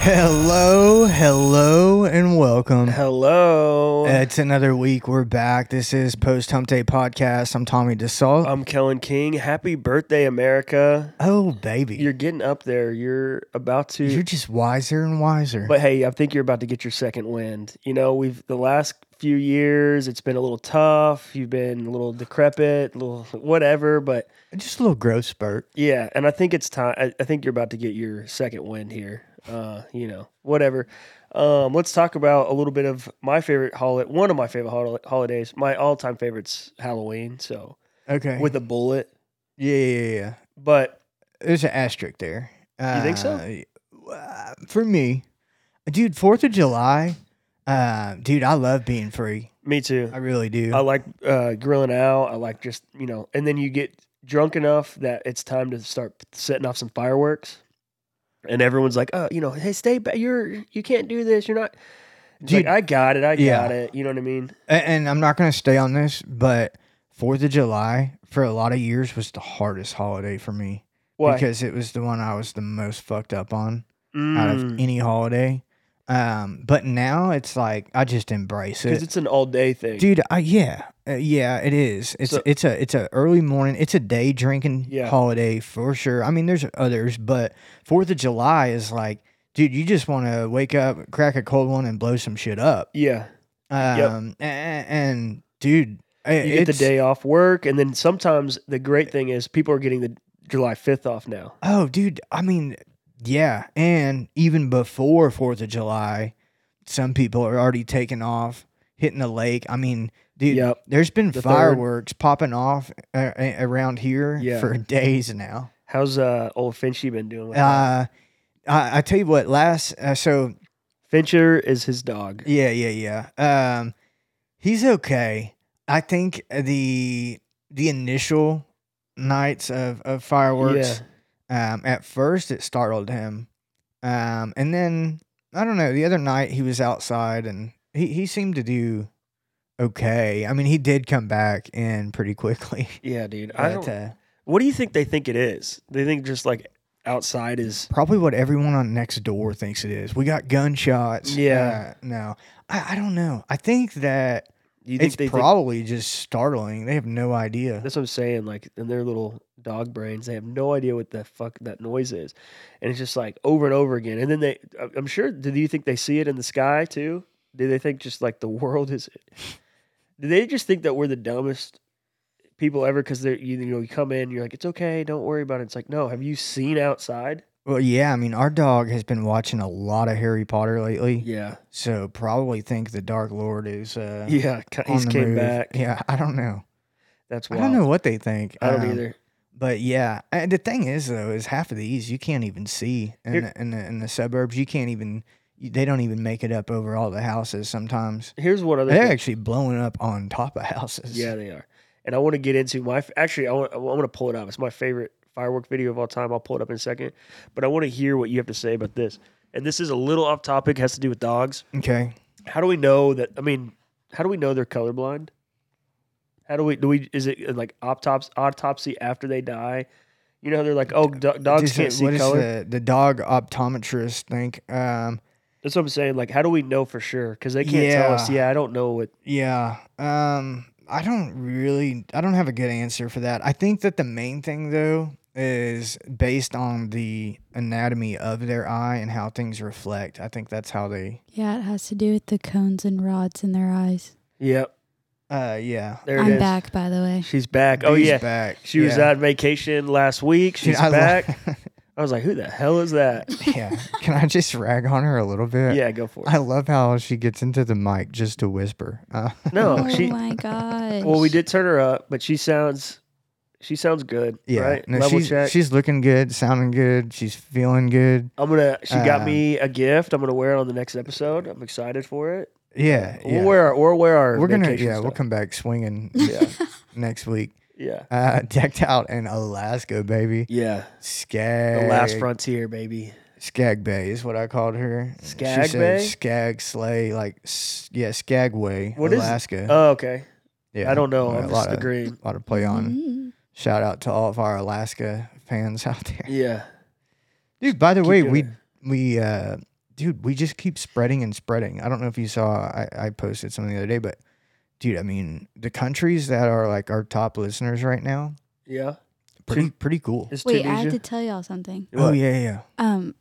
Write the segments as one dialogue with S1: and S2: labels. S1: Hello, hello, and welcome.
S2: Hello.
S1: It's another week. We're back. This is Post Hump Day Podcast. I'm Tommy DeSalle.
S2: I'm Kellen King. Happy birthday, America.
S1: oh, baby. You're,
S2: You're getting up there. You're about to.
S1: just wiser and wiser.
S2: but hey, I think you're about to get your second wind. You know, we've the last few years, it's been a little tough. You've been a little decrepit, a little whatever. But
S1: just a little growth spurt.
S2: yeah, and I think it's time. I, I think you're about to get your second wind here. Uh, you know, whatever. Um, let's talk about a little bit of my favorite holiday, one of my favorite hol- holidays, my all-time favorites, Halloween. So
S1: Okay.
S2: with a bullet,
S1: yeah, yeah, yeah, yeah.
S2: but
S1: There's an asterisk there. Uh,
S2: think so?
S1: uh, For me, dude, 4th of July, uh, dude, I love being free.
S2: me too.
S1: I really do.
S2: I like uh, grilling out. I like just you know, and then you get drunk enough that it's time to start setting off some fireworks, and everyone's like, "Oh, you know, hey, stay back. You're you can't do this. You're not." It's
S1: Dude.
S2: like, I got it. I
S1: Yeah.
S2: got it. You know what I mean?
S1: A- and, I'm not going to stay on this, but 4th of July for a lot of years was the hardest holiday for me
S2: Why?
S1: because it was the one I was the most fucked up on out of
S2: Mm,
S1: any holiday. Um, but now it's like I just embrace
S2: 'cause
S1: it.
S2: it's an all day thing.
S1: Dude, I, yeah. Uh, yeah, it is. It's
S2: So-
S1: it's a it's a early morning. It's a day drinking
S2: Yeah.
S1: holiday for sure. I mean, there's others, but 4th of July is like dude, you just want to wake up, crack a cold one and blow some shit up.
S2: yeah,
S1: Um, a- a- and, dude, i-
S2: you get the
S1: it's-
S2: day off work, and then sometimes the great thing is people are getting the July fifth off now.
S1: Oh, dude, I mean, yeah, and even before Fourth of July, some people are already taking off, hitting the lake. I mean, dude,
S2: Yep.
S1: there's been
S2: The third.
S1: fireworks popping off uh, a- around here
S2: Yeah.
S1: for days now.
S2: How's uh old Finchy been doing? With that?
S1: Uh, I, I tell you what, last uh, so
S2: Fincher is his dog.
S1: Yeah, yeah, yeah. Um, he's okay. I think the the initial nights of of fireworks, um, at first it startled him, um, and then I don't know. The other night he was outside and he he seemed to do okay. I mean, he did come back in pretty quickly.
S2: Yeah, dude. I
S1: but,
S2: don't,
S1: uh,
S2: What do you think they think it is? They think just like outside is
S1: probably what everyone on next door thinks it is. We got gunshots.
S2: Yeah.
S1: Uh, no, I, I don't know. I think that
S2: you think
S1: It's
S2: they think,
S1: probably just startling. They have no idea.
S2: that's what I'm saying, like in their little dog brains, they have no idea what the fuck that noise is. And it's just like over and over again. And then they I- I'm sure do you think they see it in the sky too? Do they think just like the world is Do they just think that we're the dumbest people ever because they're you, you know, you come in, you're like, It's okay, don't worry about it. It's like, no, have you seen outside?
S1: Well, yeah, I mean, our dog has been watching a lot of Harry Potter lately,
S2: Yeah.
S1: so probably think the Dark Lord is uh,
S2: Yeah. ca-
S1: on
S2: He's
S1: the
S2: came
S1: move.
S2: back.
S1: Yeah, I don't know.
S2: That's
S1: I
S2: wild.
S1: don't know what they think.
S2: I don't
S1: um,
S2: either.
S1: But yeah, and the thing is though, is half of these you can't even see in
S2: Here-
S1: the, in the in the suburbs. You can't even. you- They don't even make it up over all the houses sometimes.
S2: Here's one other
S1: They're
S2: thing.
S1: actually blowing up on top of houses.
S2: Yeah, they are. And I want to get into my actually. I want, I'm going to pull it up. It's my favorite firework video of all time. I'll pull it up in a second. But I want to hear what you have to say about this. And this is a little off topic. Has to do with dogs.
S1: Okay.
S2: How do we know that? I mean, how do we know they're colorblind? How do we do we? Is it uh, like autopsy autopsy after they die? You know how they're like, oh, do- dogs
S1: Just, uh,
S2: can't see
S1: what is
S2: color.
S1: the the dog optometrist think? Um,
S2: That's what I'm saying. Like, how do we know for sure? Because they can't tell us.
S1: Yeah.
S2: Yeah, I don't know what.
S1: Yeah. Um I don't really I don't have a good answer for that. I think that the main thing though is based on the anatomy of their eye and how things reflect. I think that's how they
S3: Yeah, it has to do with the cones and rods in their eyes.
S2: Yep,
S1: uh yeah.
S2: there it
S3: I'm
S2: is.
S3: back, by the way.
S2: She's back. Oh
S1: Bee's
S2: yeah,
S1: back.
S2: She was
S1: Yeah.
S2: on vacation last week.
S1: Dude,
S2: She's
S1: I lo-
S2: back. I was like, who the hell is that?
S1: yeah. Can I just rag on her a little bit?
S2: yeah, go for it.
S1: I love how she gets into the mic just to whisper. Uh,
S2: No,
S3: oh
S2: she.
S3: my gosh.
S2: Well, we did turn her up, but she sounds, she sounds good.
S1: yeah.
S2: right?
S1: No,
S2: Level
S1: she's
S2: check.
S1: she's looking good, sounding good, she's feeling good.
S2: I'm gonna. She got
S1: Uh,
S2: me a gift. I'm gonna wear it on the next episode. I'm excited for it.
S1: Yeah. yeah.
S2: We'll wear. Our, we'll wear our.
S1: We're gonna yeah,
S2: vacation
S1: we'll
S2: stuff.
S1: come back swinging
S2: Yeah,
S1: next week.
S2: yeah,
S1: Uh, decked out in Alaska, baby.
S2: yeah.
S1: Skag.
S2: The last frontier, baby.
S1: Skag Bay is what I called her. She
S2: Skag
S1: said
S2: Bay?
S1: Skag Slay, like s- yeah, Skagway,
S2: What is-
S1: Alaska.
S2: Oh, okay.
S1: yeah, uh,
S2: I don't know.
S1: a lot
S2: I'm just Mm-hmm.
S1: of-
S2: agreeing.
S1: A lot of play on.
S3: Mm.
S1: Shout out to all of our Alaska fans out there,
S2: Yeah.
S1: dude. By the
S2: Keep
S1: way,
S2: doing
S1: we
S2: it.
S1: we uh, dude, we just keep spreading and spreading. I don't know if you saw, I, I posted something the other day, but dude, I mean, the countries that are like our top listeners right now,
S2: Yeah.
S1: pretty pretty cool.
S2: Is
S3: Wait, I
S2: Tunisia?
S3: have to tell y'all something.
S1: Oh
S2: What?
S1: yeah, yeah.
S3: Um,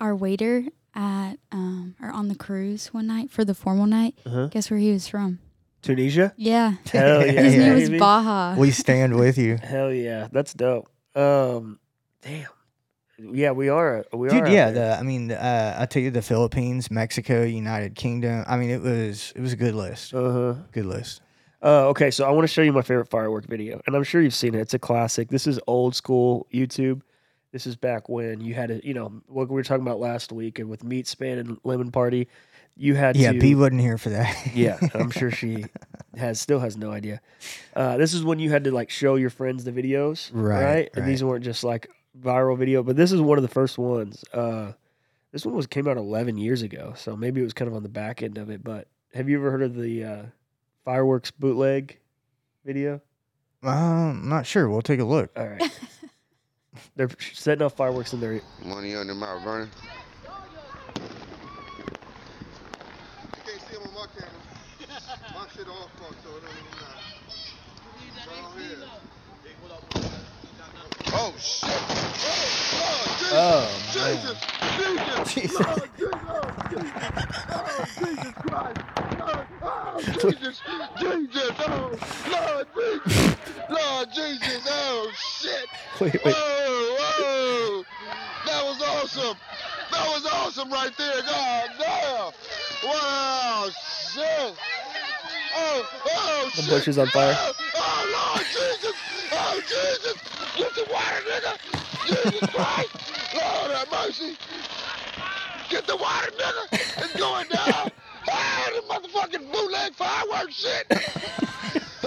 S3: our waiter at um or on the cruise one night for the formal night.
S2: Uh-huh.
S3: Guess where he was from?
S2: Tunisia?
S3: Yeah,
S2: Hell yeah.
S3: his name was
S2: baby.
S3: Baja.
S1: We stand with you,
S2: Hell yeah. That's dope. Um, damn. Yeah, we are. We are.
S1: dude.
S2: out
S1: Yeah,
S2: there.
S1: the I mean, uh, I tell you, the Philippines, Mexico, United Kingdom. I mean, it was it was a good list.
S2: Uh-huh.
S1: Good list.
S2: Uh, okay, so I want to show you my favorite firework video, and I'm sure you've seen it. It's a classic. This is old school YouTube. This is back when you had to, you know, what we were talking about last week, and with meat span and lemon party, you had
S1: Yeah,
S2: to.
S1: B wasn't here for that.
S2: yeah, I'm sure she has still has no idea. Uh, this is when you had to like show your friends the videos,
S1: Right,
S2: And these weren't just like viral video, but this is one of the first ones. Uh, this one was came out 11 years ago, so maybe it was kind of on the back end of it. But have you ever heard of the uh, fireworks bootleg video?
S1: Um, I'm not sure. We'll take a look.
S2: All right, they're setting off fireworks in their
S4: Money under my burner. You can't see him on my camera. My shit off, fuck, so it don't even matter. Oh, shit.
S2: Oh,
S4: Oh, Lord, Jesus. Jesus. Jesus.
S1: Jesus.
S4: Lord, Jesus. Oh, Jesus. Oh, Jesus Christ. Lord, oh, Jesus. Jesus. Oh, Lord, Jesus. Lord, Jesus. Oh, shit.
S2: wait,
S4: Whoa,
S2: wait.
S4: whoa. That was awesome. That was awesome right there. God damn. Wow, shit. Oh, oh,
S2: The
S4: shit.
S2: bush is on fire.
S4: Oh, oh, Lord Jesus. Oh, Jesus. Get the water, nigga. Jesus Christ. Lord have mercy. Get the water, nigga. It's going down. Oh, the motherfucking bootleg fireworks shit.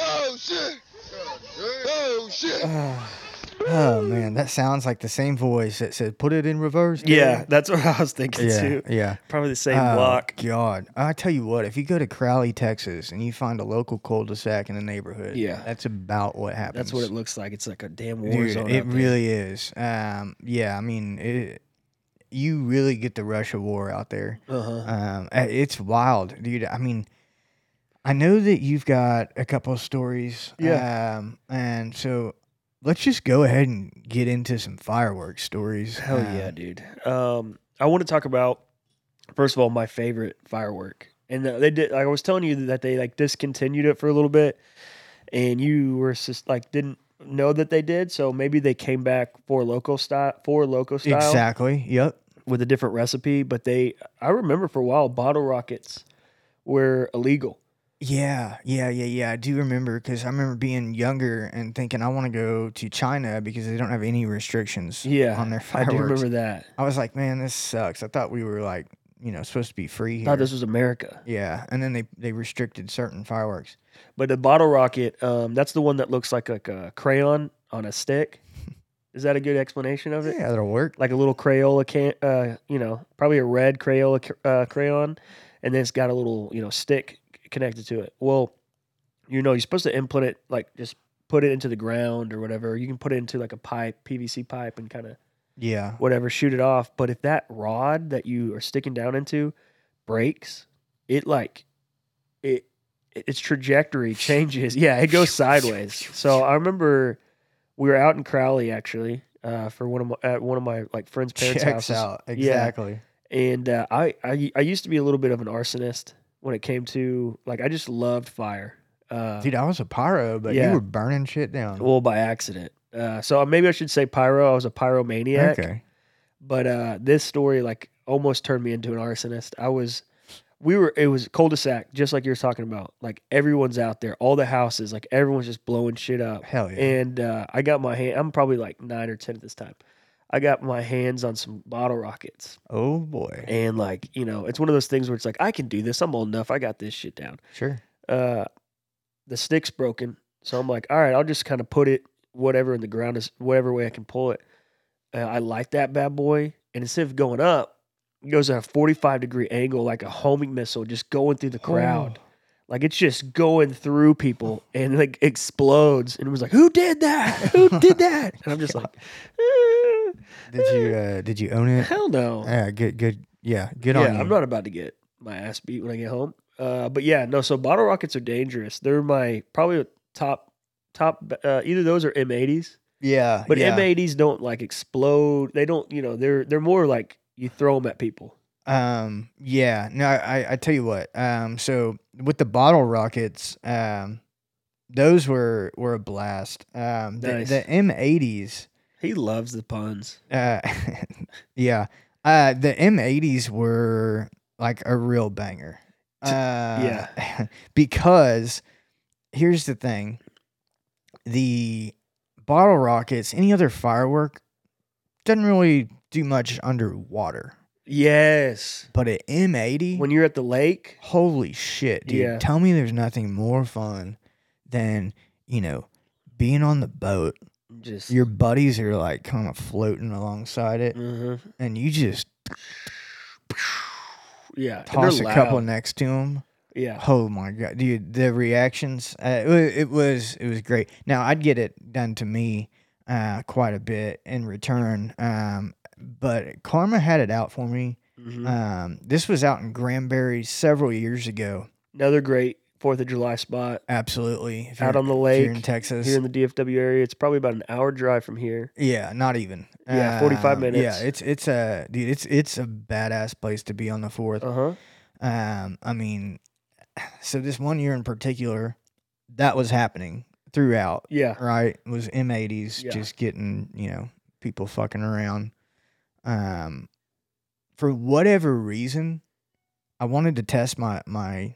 S4: Oh, shit. Oh,
S2: Uh,
S4: shit.
S1: Oh man, that sounds like the same voice that said, "Put it in reverse." dude."
S2: Yeah, that's what I was thinking
S1: yeah,
S2: too.
S1: yeah.
S2: Probably the same
S1: Oh,
S2: block.
S1: God, I tell you what, if you go to Crowley, Texas, and you find a local cul-de-sac in the neighborhood,
S2: Yeah.
S1: that's about what happens.
S2: That's what it looks like. It's like a damn war
S1: Oh, Dude,
S2: zone.
S1: it
S2: out there.
S1: really is. Um, yeah, I mean, it, you really get the rush of war out there.
S2: Uh-huh.
S1: Um, uh, it's wild, dude. I mean, I know that you've got a couple of stories.
S2: Yeah.
S1: Um, and so let's just go ahead and get into some fireworks stories.
S2: Hell
S1: Um,
S2: yeah, dude. Um, I want to talk about first of all my favorite firework, and uh, they did. Like I was telling you that they like discontinued it for a little bit, and you were just like didn't know that they did. So maybe they came back for local style, for local style
S1: Exactly. Yep.
S2: with a different recipe. But they, I remember for a while, bottle rockets were illegal.
S1: Yeah, yeah, yeah, yeah. I do remember because I remember being younger and thinking I want to go to China because they don't have any restrictions
S2: Yeah,
S1: on their
S2: I
S1: fireworks.
S2: do remember that.
S1: I was like, man, this sucks. I thought we were like, you know, supposed to be free here.
S2: Thought this was America,
S1: yeah, and then they they restricted certain fireworks.
S2: but the bottle rocket, um, that's the one that looks like like a crayon on a stick. Is that a good explanation of it?
S1: Yeah, that'll work.
S2: like a little Crayola can, uh, you know, probably a red Crayola c- uh, crayon, and then it's got a little, you know, stick c- connected to it. Well, you know, you're supposed to input it like just put it into the ground or whatever. You can put it into like a pipe, PVC pipe, and kind of
S1: Yeah.
S2: whatever, shoot it off. But if that rod that you are sticking down into breaks, it like it its trajectory changes. Yeah, it goes sideways. So I remember we were out in Crowley actually uh, for one of my at one of my like friends' parents'
S1: Checks
S2: houses,
S1: out exactly.
S2: and uh, I, I I used to be a little bit of an arsonist when it came to like I just loved fire. Uh,
S1: Dude, I was a pyro, but
S2: Yeah.
S1: you were burning shit down.
S2: well, by accident. Uh, so maybe I should say pyro. I was a pyromaniac.
S1: okay.
S2: but uh this story like almost turned me into an arsonist i was we were it was cul-de-sac just like you were talking about like everyone's out there all the houses like everyone's just blowing shit up
S1: Hell yeah.
S2: and uh i got my hand i'm probably like nine or ten at this time i got my hands on some bottle rockets
S1: oh boy.
S2: and like you know it's one of those things where it's like i can do this i'm old enough i got this shit down
S1: Sure.
S2: uh, the stick's broken. So I'm like, all right, I'll just kind of put it whatever in the ground is whatever way I can pull it. Uh, I light that bad boy, and instead of going up, it goes at a 45 degree angle like a homing missile, just going through
S1: Oh.
S2: the crowd. Like it's just going through people and like explodes. And it was like, who did that? Who did that? And I'm just like, "Eh,
S1: Did you uh, did you own it?
S2: hell no.
S1: Yeah, good good Yeah, good
S2: yeah,
S1: on you.
S2: I'm not about to get my ass beat when I get home. Uh, but yeah, no. So bottle rockets are dangerous. They're my probably top top. Uh, either those or M80s.
S1: yeah,
S2: But
S1: yeah.
S2: M80s don't like explode. They don't. You know, they're they're more like you throw them at people.
S1: Um, yeah. No, I, I- I tell you what. Um, so with the bottle rockets, um, those were were a blast. Um, the,
S2: Nice.
S1: the M80s.
S2: He loves the puns.
S1: Uh, yeah. Uh, the M80s were like a real banger. Uh,
S2: T-
S1: yeah. because here's the thing the bottle rockets, any other firework, doesn't really do much underwater.
S2: Yes.
S1: But an M80,
S2: When you're at the lake,
S1: holy shit, dude.
S2: Yeah.
S1: Tell me there's nothing more fun than, you know, being on the boat.
S2: just
S1: Your buddies are like kind of floating alongside it,
S2: uh
S1: and you just
S2: yeah. and they're
S1: toss a couple
S2: loud.
S1: next to him.
S2: Yeah.
S1: Oh my god, dude! The reactions. Uh, it, wa- it was it was great. Now I'd get it done to me uh, quite a bit in return, um, but Karma had it out for me.
S2: Mhm.
S1: Um, this was out in Granbury several years ago.
S2: Another great Fourth of July spot
S1: Absolutely, if
S2: out
S1: you're-
S2: on the
S1: if
S2: lake
S1: you're in Texas.
S2: here in the DFW area. It's probably about an hour drive from here.
S1: yeah, not even.
S2: Yeah, 45
S1: Um,
S2: minutes.
S1: Yeah, it's it's a dude. It's it's a badass place to be on the fourth.
S2: Uh huh.
S1: Um, I mean, so this one year in particular, that was happening throughout.
S2: Yeah.
S1: Right, was M80s
S2: Yeah.
S1: just getting you know people fucking around. Um, for whatever reason, I wanted to test my my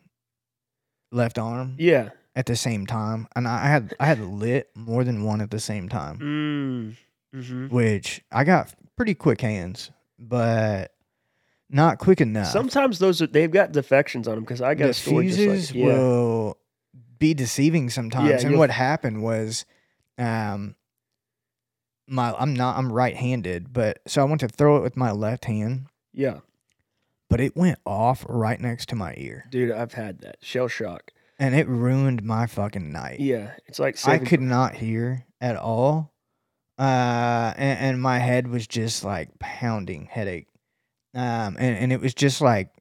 S1: left arm
S2: Yeah.
S1: at the same time, and I had I had lit more than one at the same time
S2: Mm. hmm
S1: which I got pretty quick hands, but not quick enough.
S2: Sometimes those are, they've got defections on them because I got a
S1: the
S2: story
S1: fuses
S2: just like yeah.
S1: will be deceiving sometimes.
S2: Yeah,
S1: and
S2: you'll-
S1: what happened was, um, my I'm not I'm right-handed, but so I went to throw it with my left hand,
S2: yeah,
S1: but it went off right next to my ear,
S2: dude, I've had that shell shock.
S1: and it ruined my fucking night.
S2: Yeah, it's like
S1: I
S2: saving-
S1: could not hear at all. Uh, and, and my head was just like pounding headache. Um, and, and it was just like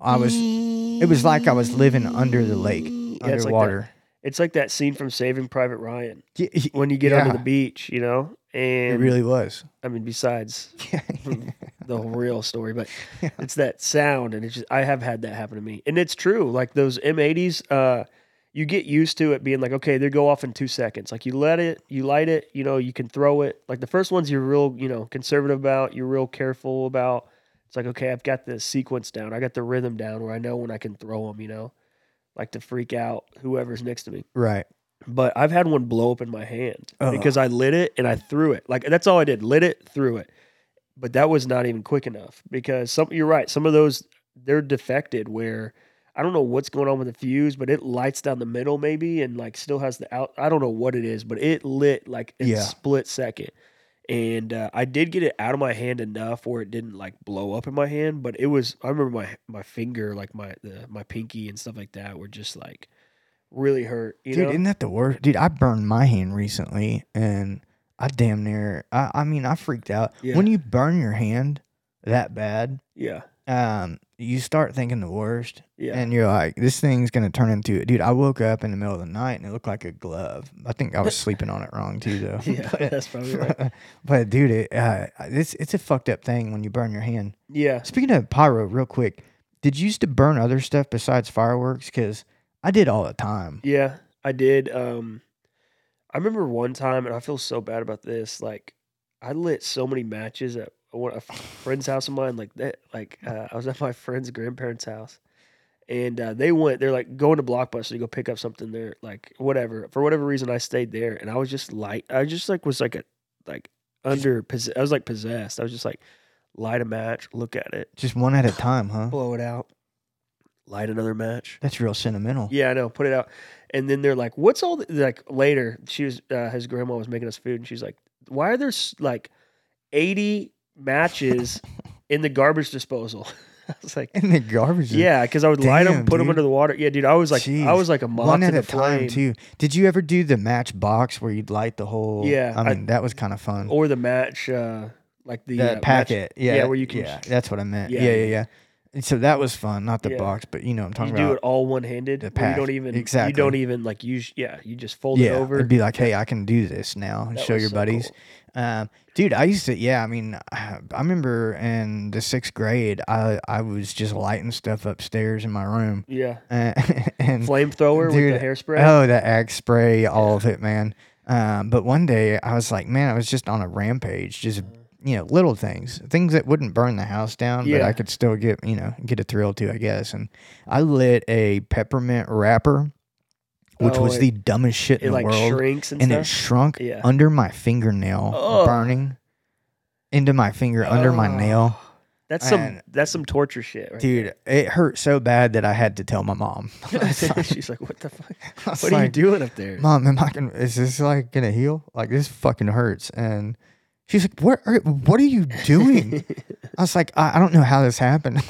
S1: I was, it was like I was living under the lake,
S2: Yeah, it's like that-
S1: underwater.
S2: It's like that scene from Saving Private Ryan
S1: Y- y-
S2: when you get onto
S1: Yeah.
S2: the beach, you know.
S1: it
S2: And
S1: really was.
S2: I mean, besides the whole real story, but
S1: Yeah.
S2: it's that sound, and it's just I have had that happen to me, and it's true. Like those M80s, uh, you get used to it being like, okay, they go off in two seconds. Like you let it, you light it, you know, you can throw it. Like the first ones, you're real, you know, conservative about, you're real careful about. It's like, okay, I've got the sequence down, I got the rhythm down, where I know when I can throw them, you know, like to freak out whoever's next to me
S1: right.
S2: but I've had one blow up in my hand
S1: Ugh.
S2: because I lit it and I threw it. Like that's all I did, lit it, threw it. But that was not even quick enough because some you're right, some of those they're defected where I don't know what's going on with the fuse, but it lights down the middle maybe and like still has the out I don't know what it is, but it lit like in
S1: Yeah.
S2: a split second. And uh, I did get it out of my hand enough where it didn't like blow up in my hand, but it was I remember my my finger like my the, my pinky and stuff like that were just like really hurt, you
S1: Dude,
S2: know.
S1: isn't that the worst? Dude, I burned my hand recently and I damn near, I, I mean, I freaked out.
S2: Yeah.
S1: When you burn your hand that bad,
S2: yeah.
S1: um, you start thinking the worst.
S2: Yeah.
S1: And you're like, this thing's gonna turn into it, dude. I woke up in the middle of the night and it looked like a glove. I think I was sleeping on it wrong too, though.
S2: yeah, that's probably right.
S1: but, but dude, it, uh, it's it's a fucked up thing when you burn your hand.
S2: Yeah.
S1: Speaking of pyro, real quick, did you used to burn other stuff besides fireworks? Because I did all the time.
S2: Yeah. I did. Um I remember one time and I feel so bad about this. Like I lit so many matches at one- a friend's house of mine, like that like uh, I was at my friend's grandparents' house. And uh, they went, they're like going to Blockbuster to go pick up something there, like whatever. For whatever reason, I stayed there and I was just light. I just like was like a, like under, possess- I was like possessed. I was just like, light a match, look at it,
S1: Just one at a time, huh?
S2: blow it out, light another match,
S1: That's real sentimental.
S2: Yeah, I know. Put it out, and then they're like, "What's all th-? like?" Later, she was uh, his grandma was making us food, and she's like, "Why are there s- like eighty matches in the garbage disposal?" I was like,
S1: In the garbage. is
S2: "Yeah," because I would light 'em, light them,
S1: Damn,
S2: put them
S1: dude.
S2: under the water. Yeah, dude, I was like, I
S1: Jeez.
S2: was like a moth
S1: One
S2: to
S1: at
S2: the
S1: a time
S2: flame,
S1: too. Did you ever do the match box where you'd light the whole?
S2: Yeah,
S1: I
S2: I-
S1: mean that was kind of fun.
S2: or the match. Uh, like the,
S1: the,
S2: uh,
S1: packet.
S2: match-
S1: yeah,
S2: where you can
S1: Yeah,
S2: sh-
S1: that's what I meant.
S2: Yeah,
S1: Yeah, yeah,
S2: yeah.
S1: yeah. And so that was fun, not the
S2: Yeah.
S1: box, but you know what I'm
S2: you
S1: talking
S2: do it
S1: about.
S2: all one handed.
S1: the
S2: You
S1: path.
S2: don't even You
S1: Exactly.
S2: don't even like use. Yeah, you just fold
S1: yeah,
S2: it over.
S1: it'd be like, hey, I can do this now, and
S2: That
S1: show
S2: was
S1: your
S2: so
S1: buddies.
S2: cool.
S1: Um, dude, I used to. Yeah, I mean, I I remember in the sixth grade, I I was just lighting stuff upstairs in my room,
S2: Yeah,
S1: uh, and
S2: flamethrower with
S1: Dude,
S2: the hairspray.
S1: Oh, the axe spray, all of it, man. Um, but one day I was like, man, I was just on a rampage, just you know, little things, things that wouldn't burn the house down, but
S2: Yeah.
S1: I could still get you know get a thrill to, I guess. And I lit a peppermint wrapper, which
S2: Oh,
S1: was
S2: it-
S1: the dumbest shit in
S2: it
S1: the
S2: like
S1: world,
S2: shrinks and,
S1: and it oh,
S2: stuff.
S1: shrunk
S2: Yeah. Oh.
S1: under my fingernail,
S2: Ugh.
S1: burning into my finger under my nail.
S2: That's some.
S1: And-
S2: That's some torture shit, Oh. right?
S1: Dude, it hurt so bad that I had to tell my mom. I was like-
S2: She's like, "What the fuck?
S1: I was
S2: What are you
S1: like,
S2: doing up there?"
S1: Mom, am I gonna, is this like gonna heal? Like this fucking hurts. And she's like, what are, what are you doing? I was like, I, I don't know how this happened.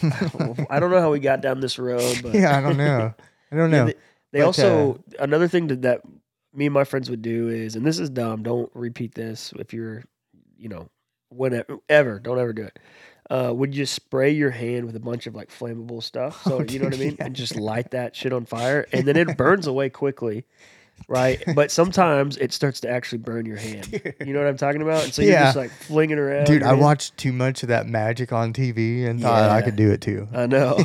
S2: I don't know how we got down this road, but
S1: yeah, I don't know. I don't
S2: Yeah,
S1: know.
S2: They, they
S1: But, uh,
S2: also another thing that, that me and my friends would do is, and this is dumb. Don't repeat this if you're, you know, whenever ever. Don't ever do it. Uh, would you spray your hand with a bunch of like flammable stuff? So
S1: Oh,
S2: you know what I
S1: dude,
S2: mean,
S1: yeah.
S2: and just light that shit on fire, and then it burns away quickly, right? But sometimes it starts to actually burn your hand. You know what I'm talking about? And so you're
S1: Yeah.
S2: just like flinging around.
S1: Dude,
S2: your
S1: I
S2: hand.
S1: watched too much of that magic on TV and thought I
S2: Yeah. Uh,
S1: could do it too.
S2: I know.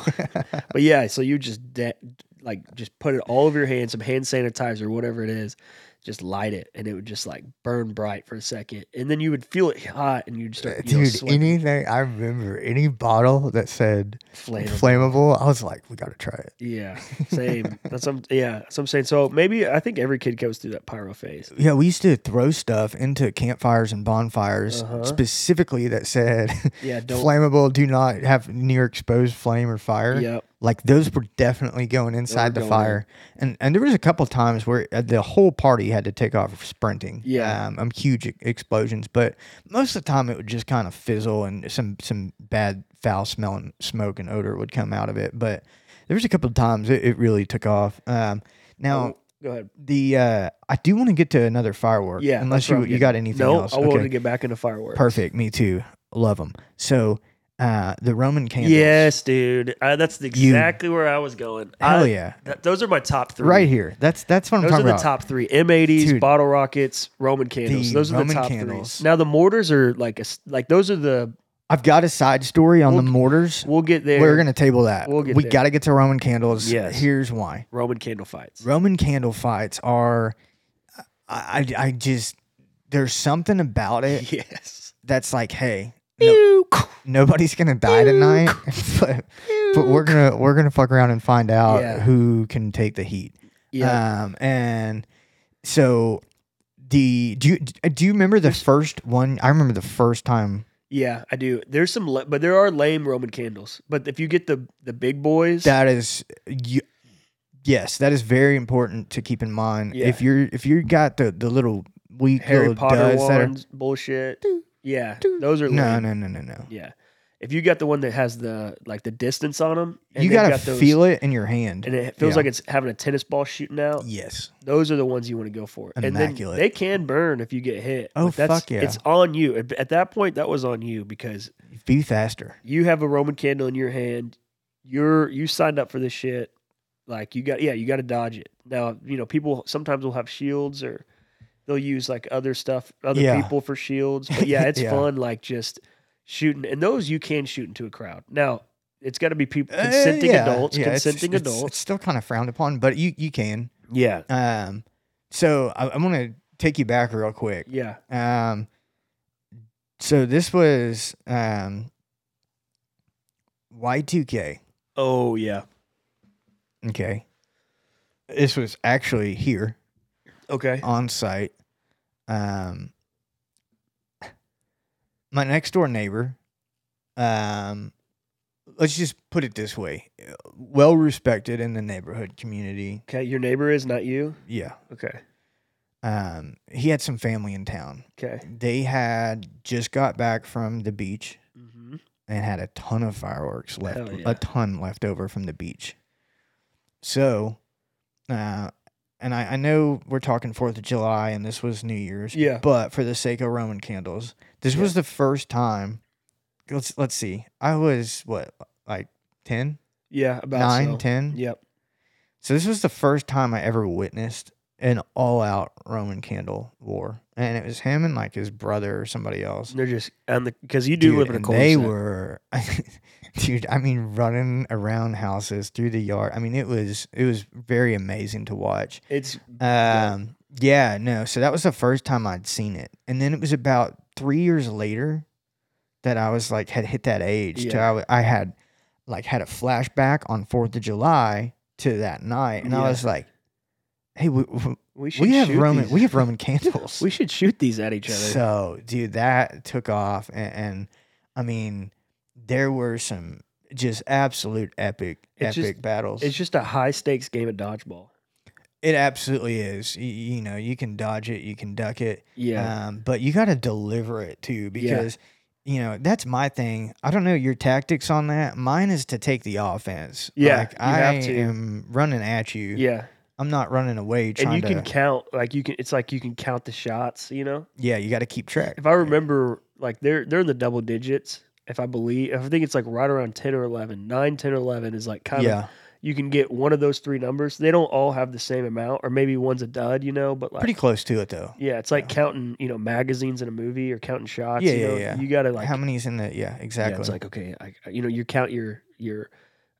S2: but yeah, so you just de- like just put it all over your hand, some hand sanitizer, whatever it is, just light it, and it would just like burn bright for a second, and then you would feel it hot, and you'd start you know,
S1: Dude,
S2: sweat
S1: anything I remember, any bottle that said
S2: flammable.
S1: flammable, I was like, we gotta try it.
S2: yeah, same. That's some. Yeah, that's what I'm saying. So maybe I think every kid goes through that pyro phase.
S1: Yeah, we used to throw stuff into campfires and bonfires
S2: Uh-huh.
S1: specifically that said
S2: Yeah, don't.
S1: flammable, do not have near exposed flame or fire.
S2: Yep.
S1: Like those were definitely going inside the
S2: going
S1: fire. And and there was a couple times where uh, the whole party had to take off sprinting.
S2: Yeah.
S1: Um, um, huge e- explosions, but most of the time it would just kind of fizzle and some some bad foul smelling smoke and odor would come out of it. But there was a couple of times it, it really took off. Um, now
S2: Oh, Go ahead.
S1: the uh I do want to get to another firework.
S2: Yeah,
S1: unless
S2: that's what
S1: you
S2: I'm
S1: you got
S2: getting-
S1: anything
S2: No,
S1: else.
S2: I wanted to get back into fireworks.
S1: Perfect. Me too. Love them. So uh the Roman candles.
S2: Yes, dude. Uh, that's
S1: You-
S2: exactly where I was going.
S1: Hell
S2: I-
S1: yeah.
S2: th- those are my top three.
S1: Right here. That's that's what I'm
S2: Those are
S1: talking
S2: the
S1: about.
S2: top three: M80s,
S1: Dude.
S2: bottle rockets, Roman candles.
S1: The
S2: those are the
S1: Roman
S2: top
S1: candles.
S2: three. Now the mortars are like a s like those are the
S1: I've got a side story on
S2: We'll-
S1: the mortars.
S2: we'll get there.
S1: We're gonna table that.
S2: We'll get
S1: we
S2: there.
S1: gotta get to Roman candles.
S2: Yes.
S1: Here's why.
S2: Roman candle fights.
S1: Roman candle fights are I I, I just there's something about it
S2: Yes.
S1: that's like, hey, no- nobody's gonna die tonight. but but we're gonna we're gonna fuck around and find out
S2: Yeah.
S1: who can take the heat.
S2: Yeah.
S1: Um, and so the do you do you remember the first one? I remember the first time.
S2: yeah, I do. There's some, la- but there are lame Roman candles. But if you get the the big boys,
S1: That is you. Yes, that is very important to keep in mind.
S2: Yeah.
S1: If you're if you got the the little weak
S2: Harry
S1: little
S2: Potter
S1: duds that are,
S2: ones, bullshit.
S1: Doo,
S2: Yeah,
S1: doo.
S2: those are lame.
S1: no no no no no.
S2: Yeah. If you got the one that has the like the distance on them,
S1: you gotta feel it in your hand.
S2: and it feels
S1: Yeah.
S2: like it's having a tennis ball shooting out.
S1: yes.
S2: Those are the ones you want to go for. And then
S1: Immaculate.
S2: they can burn if you get hit.
S1: Oh,
S2: but that's,
S1: fuck yeah.
S2: It's on you. At, at that point, that was on you because
S1: Be faster.
S2: you have a Roman candle in your hand. You're you signed up for this shit. Like you got yeah, you got to dodge it. Now you know people sometimes will have shields or they'll use like other stuff, other
S1: Yeah.
S2: people for shields. But yeah, it's
S1: Yeah.
S2: fun like just shooting. And those you can shoot into a crowd. Now it's got to be people consenting
S1: Uh, yeah,
S2: adults,
S1: yeah, it's-
S2: consenting
S1: it's-
S2: adults.
S1: It's still kind of frowned upon, but you you can.
S2: yeah,
S1: Um, so I, I'm gonna take you back real quick.
S2: yeah,
S1: Um, so this was um, Y2K.
S2: oh yeah,
S1: Okay, this was actually here
S2: okay,
S1: on site. Um, my next door neighbor. Um, let's just put it this way: well respected in the neighborhood community.
S2: okay. Your neighbor is not you.
S1: Yeah.
S2: Okay,
S1: Um, he had some family in town.
S2: okay.
S1: They had just got back from the beach
S2: hmm
S1: and had a ton of fireworks left,
S2: Hell yeah.
S1: a ton left over from the beach. So, uh, and I, I know we're talking Fourth of July, and this was New Year's.
S2: Yeah.
S1: But for the sake of Roman candles, This
S2: Yeah.
S1: was the first time. Let's let's see. I was what like 10,
S2: Yeah, about
S1: 9,
S2: so.
S1: 10?
S2: Yep.
S1: So this was the first time I ever witnessed an all-out Roman candle war, and it was him and like his brother or somebody else.
S2: They're just and the because you do
S1: Dude,
S2: live in a
S1: and
S2: cul-de-sac.
S1: They were, dude. I mean, running around houses through the yard. I mean, it was it was very amazing to watch.
S2: It's Yeah.
S1: Um, yeah, no. So that was the first time I'd seen it, and then it was about three years later that I was like had hit that age. To,
S2: Yeah.
S1: I, w- I had like had a flashback on Fourth of July to that night, and I
S2: Yeah.
S1: was like, "Hey, we, we,
S2: we should
S1: we have
S2: shoot
S1: Roman
S2: these-
S1: we have Roman candles."
S2: we should shoot these at each other.
S1: So, dude, that took off, and, and I mean, there were some just absolute epic,
S2: It's
S1: epic
S2: just-
S1: battles.
S2: it's just a high stakes game of dodgeball.
S1: it absolutely is. You, you know, you can dodge it, you can duck it,
S2: Yeah.
S1: um, but you got to deliver it too, because you know that's my thing. I don't know your tactics on that. Mine is to take the offense.
S2: Yeah,
S1: like,
S2: you
S1: I
S2: have to.
S1: am running at you.
S2: yeah.
S1: I'm not running away.
S2: And you
S1: Trying
S2: can
S1: to,
S2: count like you can it's like you can count the shots, you know?
S1: yeah, you got to keep track.
S2: If I remember like they're they're in the double digits. If I believe I think it's like right around 10 or 11. 9 10 or 11 is like kind of
S1: yeah,
S2: you can get one of those three numbers. They don't all have the same amount or maybe one's a dud, you know, but like
S1: pretty close to it though.
S2: Yeah, it's like counting, you know, magazines in a movie or counting shots.
S1: Yeah,
S2: you
S1: yeah,
S2: know?
S1: yeah.
S2: You gotta like,
S1: How many's in the? Yeah,
S2: yeah,
S1: exactly.
S2: it's like okay, I, I- you know, you count your your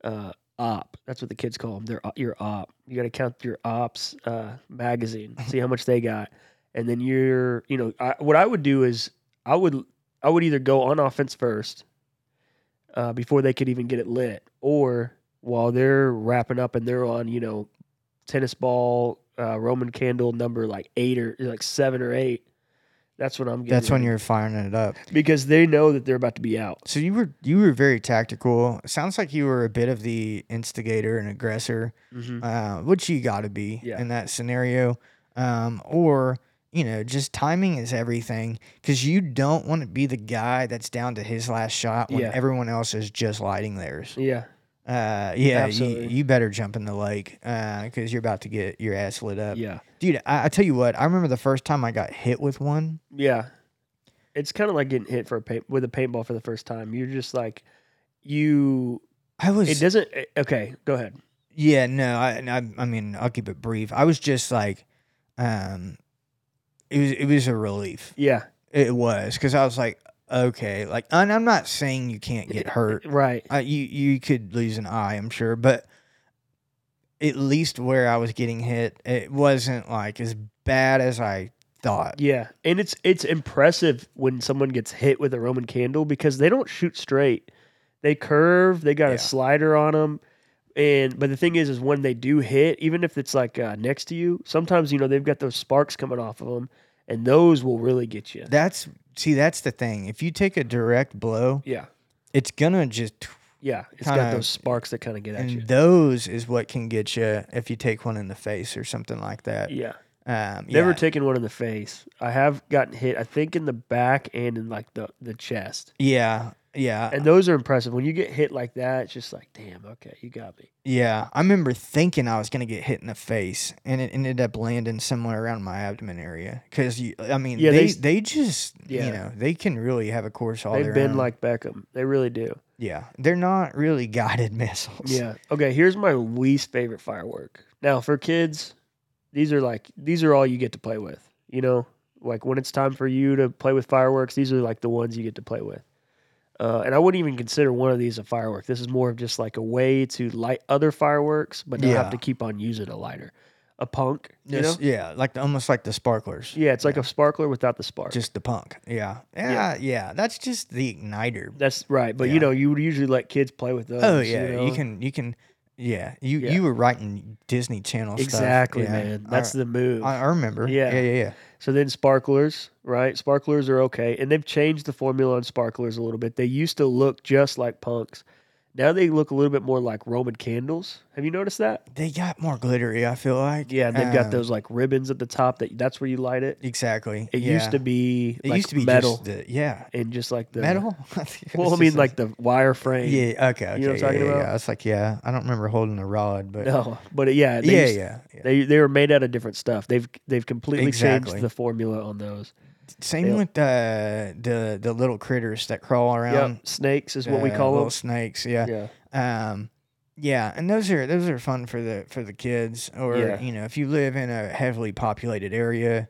S2: uh, op. That's what the kids call them. They're o- your op. You gotta count your ops uh, magazine, see how much they got, and then you're, you know, I, what I would do is I would I would either go on offense first, uh, before they could even get it lit, or while they're wrapping up and they're on, you know, tennis ball, uh, Roman candle number like eight or like seven or eight. That's what I'm getting.
S1: That's when
S2: ready.
S1: you're firing it up.
S2: because they know that they're about to be out.
S1: So you were you were very tactical. It sounds like you were a bit of the instigator and aggressor,
S2: Mm-hmm.
S1: uh, which you got to be
S2: Yeah.
S1: in that scenario. Um, or you know, just timing is everything because you don't want to be the guy that's down to his last shot when
S2: Yeah.
S1: everyone else is just lighting theirs.
S2: Yeah,
S1: Uh, yeah, you,
S2: Absolutely.
S1: you better jump in the lake because you're about to get your ass lit up,
S2: yeah,
S1: dude. I, I tell you what, I remember the first time I got hit with one.
S2: yeah. It's kind of like getting hit for a paint with a paintball for the first time. You're just like, you.
S1: I was
S2: It doesn't. eh, Okay, go ahead.
S1: Yeah, no, I, and I, I mean, I'll keep it brief. I was just like, um, it was, it was a relief.
S2: Yeah,
S1: It was because I was like, okay, like, and I'm not saying you can't get hurt.
S2: right.
S1: Uh, you, you could lose an eye, I'm sure, but at least where I was getting hit, it wasn't like as bad as I thought.
S2: Yeah, and it's it's impressive when someone gets hit with a Roman candle because they don't shoot straight. They curve. They got
S1: Yeah.
S2: a slider on them. And but the thing is, is when they do hit, even if it's like uh, next to you, sometimes you know they've got those sparks coming off of them, and those will really get you.
S1: That's see, that's the thing. If you take a direct blow,
S2: yeah,
S1: it's gonna just,
S2: yeah, it's
S1: Kinda-
S2: got those sparks that kind of get at you.
S1: and those is what can get you if you take one in the face or something like that.
S2: Yeah,
S1: Um,
S2: never
S1: yeah.
S2: taken one in the face. I have gotten hit. I think in the back and in like the the chest.
S1: Yeah, yeah,
S2: And those are impressive. When you get hit like that, it's just like, damn, okay, you got me.
S1: yeah. I remember thinking I was gonna get hit in the face, and it ended up landing somewhere around my abdomen area. Because you, I mean,
S2: Yeah,
S1: they
S2: they
S1: they,
S2: s-
S1: just
S2: Yeah.
S1: you know they can really have a course all
S2: They've
S1: their
S2: been
S1: own.
S2: like Beckham. They really do.
S1: yeah, they're not really guided missiles.
S2: Yeah. Okay, here's my least favorite firework. Now, for kids, these are like these are all you get to play with. You know, like when it's time for you to play with fireworks, these are like the ones you get to play with. Uh, and I wouldn't even consider one of these a firework. This is more of just like a way to light other fireworks, but not
S1: Yeah.
S2: have to keep on using a lighter. A punk, you know?
S1: Just- yeah, like the, almost like the sparklers.
S2: Yeah, it's like a sparkler without the spark.
S1: Just the punk, yeah. yeah,
S2: Yeah.
S1: yeah, That's just the igniter.
S2: That's right. But
S1: Yeah.
S2: you know, you would usually let kids play with those.
S1: oh yeah, you,
S2: know?
S1: can, you can, yeah. You
S2: Yeah.
S1: you were writing Disney Channel stuff.
S2: Exactly,
S1: yeah.
S2: man.
S1: I-
S2: That's the move.
S1: I, I remember.
S2: Yeah.
S1: yeah, yeah, yeah.
S2: So then sparklers, right? Sparklers are okay. And they've changed the formula on sparklers a little bit. They used to look just like punks. Now they look a little bit more like Roman candles. Have you noticed that?
S1: They got more glittery. I feel like.
S2: Yeah, and they've got
S1: Um,
S2: those like ribbons at the top that that's where you light it.
S1: Exactly.
S2: It
S1: yeah.
S2: used to be
S1: It
S2: like
S1: used to be
S2: metal
S1: Just the, yeah.
S2: and just like the
S1: metal.
S2: Well, I mean like the wire frame.
S1: Yeah. Okay. okay
S2: You know what I'm
S1: yeah,
S2: talking
S1: yeah,
S2: about?
S1: Yeah. It's like yeah. I don't remember holding a rod, but
S2: No, but uh, yeah, they
S1: yeah,
S2: used-
S1: yeah, yeah.
S2: They they were made out of different stuff. They've they've completely
S1: Exactly.
S2: changed the formula on those.
S1: Same
S2: Yep.
S1: with the the the little critters that crawl around.
S2: Yep, snakes is what we
S1: uh,
S2: call
S1: little
S2: them.
S1: snakes. Yeah.
S2: Yeah,
S1: Um, yeah, and those are those are fun for the for the kids, or
S2: Yeah.
S1: you know, if you live in a heavily populated area,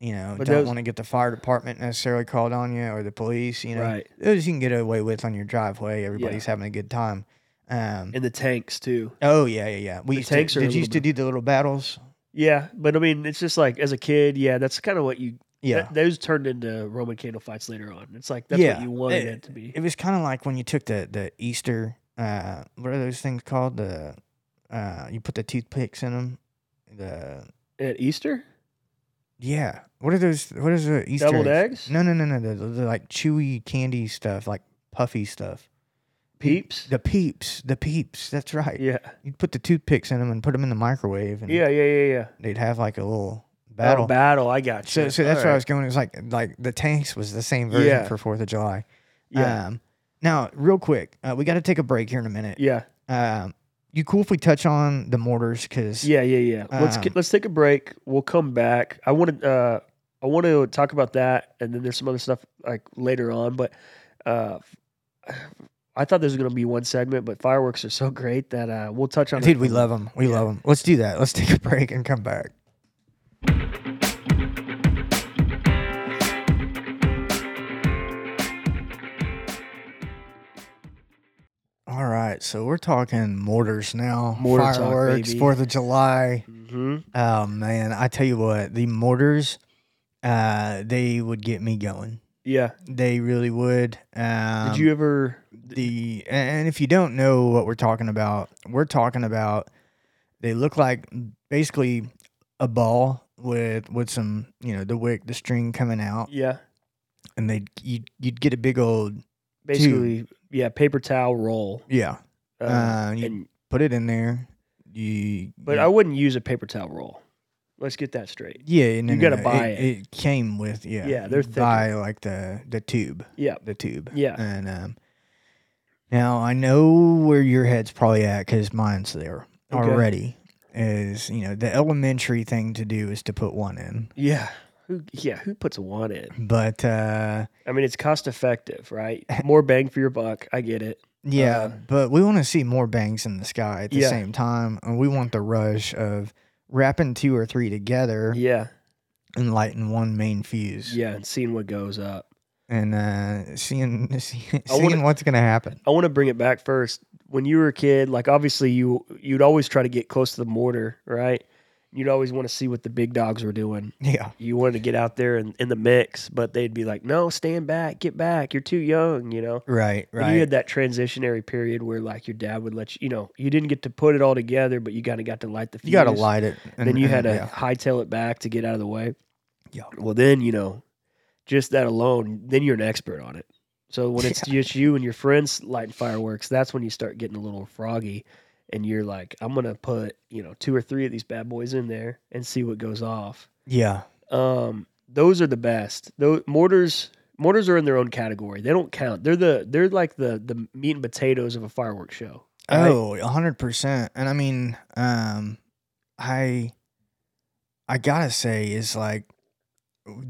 S1: you know,
S2: But
S1: don't
S2: those-
S1: want to get the fire department necessarily called on you or the police. You know,
S2: right.
S1: those you can get away with on your driveway. Everybody's having a good time. Um,
S2: And the tanks too.
S1: oh yeah, yeah, yeah. We
S2: the
S1: used to,
S2: tanks are a
S1: did
S2: little
S1: you used to do the little battles?
S2: Yeah, but I mean, it's just like as a kid, yeah, that's kind of what you.
S1: Yeah,
S2: that- those turned into Roman candle fights later on. It's like that's
S1: Yeah.
S2: what you wanted
S1: Eh,
S2: it to be.
S1: it was kind of like when you took the the Easter. Uh, what are those things called? The uh, you put the toothpicks in them. The
S2: At Easter,
S1: Yeah. What are those? What is the Easter
S2: Deviled eggs?
S1: No, no, no, no. The, the, the, like chewy candy stuff, like puffy stuff.
S2: peeps.
S1: The peeps. The peeps. That's right.
S2: Yeah,
S1: You'd put the toothpicks in them and put them in the microwave, and
S2: yeah, yeah, yeah, yeah.
S1: they'd have like a little
S2: Oh,
S1: battle.
S2: battle. I got you.
S1: so, so that's
S2: All
S1: where I
S2: right.
S1: was going. It was like like the tanks was the same version
S2: Yeah.
S1: for Fourth of July.
S2: Yeah,
S1: Um, now, real quick, uh, we got to take a break here in a minute.
S2: yeah,
S1: Um, you cool if we touch on the mortars? Because
S2: yeah, yeah, yeah. Let's
S1: um,
S2: get, let's take a break. We'll come back. I want to uh, I want to talk about that, and then there's some other stuff like later on. But uh, I thought there was going to be one segment, but fireworks are so great that uh, we'll touch on. it
S1: dude, we
S2: from-
S1: love them. We love them. Let's do that. Let's take a break and come back. All right, so we're talking mortars now.
S2: Mortar talk,
S1: Fireworks,
S2: baby.
S1: Fourth of July.
S2: Mhm.
S1: Oh man, I tell you what, the mortars, uh, they would get me going.
S2: Yeah.
S1: They really would. Um,
S2: Did you ever?
S1: the and if you don't know what we're talking about, we're talking about they look like basically a ball with with some you know the wick the string coming out
S2: Yeah.
S1: and they you you'd get a big old
S2: basically yeah paper towel roll
S1: yeah
S2: uh,
S1: Uh, you-
S2: and-
S1: put it in there you
S2: but
S1: you,
S2: i wouldn't use a paper towel roll let's get that straight
S1: yeah no,
S2: you
S1: no,
S2: gotta
S1: no,
S2: buy
S1: it,
S2: it.
S1: it came with yeah
S2: Yeah, they're
S1: you buy like the the tube
S2: yeah
S1: the tube
S2: Yeah.
S1: and um now I know where your head's probably at because mine's there
S2: Okay.
S1: already is you know the elementary thing to do is to put one in
S2: yeah who yeah who puts a one in
S1: but uh
S2: i mean it's cost effective right more bang for your buck i get it
S1: Yeah,
S2: Uh,
S1: but we want to see more bangs in the sky at the
S2: Yeah.
S1: same time, and we want the rush of wrapping two or three together
S2: yeah
S1: and lighting one main fuse,
S2: yeah and seeing what goes up
S1: and uh, seeing seeing,
S2: I wanna-
S1: seeing what's gonna happen.
S2: i want to bring it back first when you were a kid like obviously you you'd always try to get close to the mortar right you'd always want to see what the big dogs were doing
S1: Yeah,
S2: you wanted to get out there and in the mix, but they'd be like, "No, stand back, get back. You're too young," you know.
S1: right,
S2: And
S1: right.
S2: you had that transitionary period where like your dad would let you, you know, you didn't get to put it all together, but you kind of got to light the fuse.
S1: You gotta light it,
S2: then you had to
S1: yeah.
S2: hightail it back to get out of the way.
S1: Yeah.
S2: Well, then you know, just that alone, then you're an expert on it. So when it's just you and your friends lighting fireworks, that's when you start getting a little froggy, and you're like, "I'm gonna put you know two or three of these bad boys in there and see what goes off."
S1: yeah,
S2: um, those are the best. Those mortars mortars are in their own category. They don't count. They're the they're like the the meat and potatoes of a fireworks show. right?
S1: Oh, hundred percent. And I mean, um, I, I gotta say, is like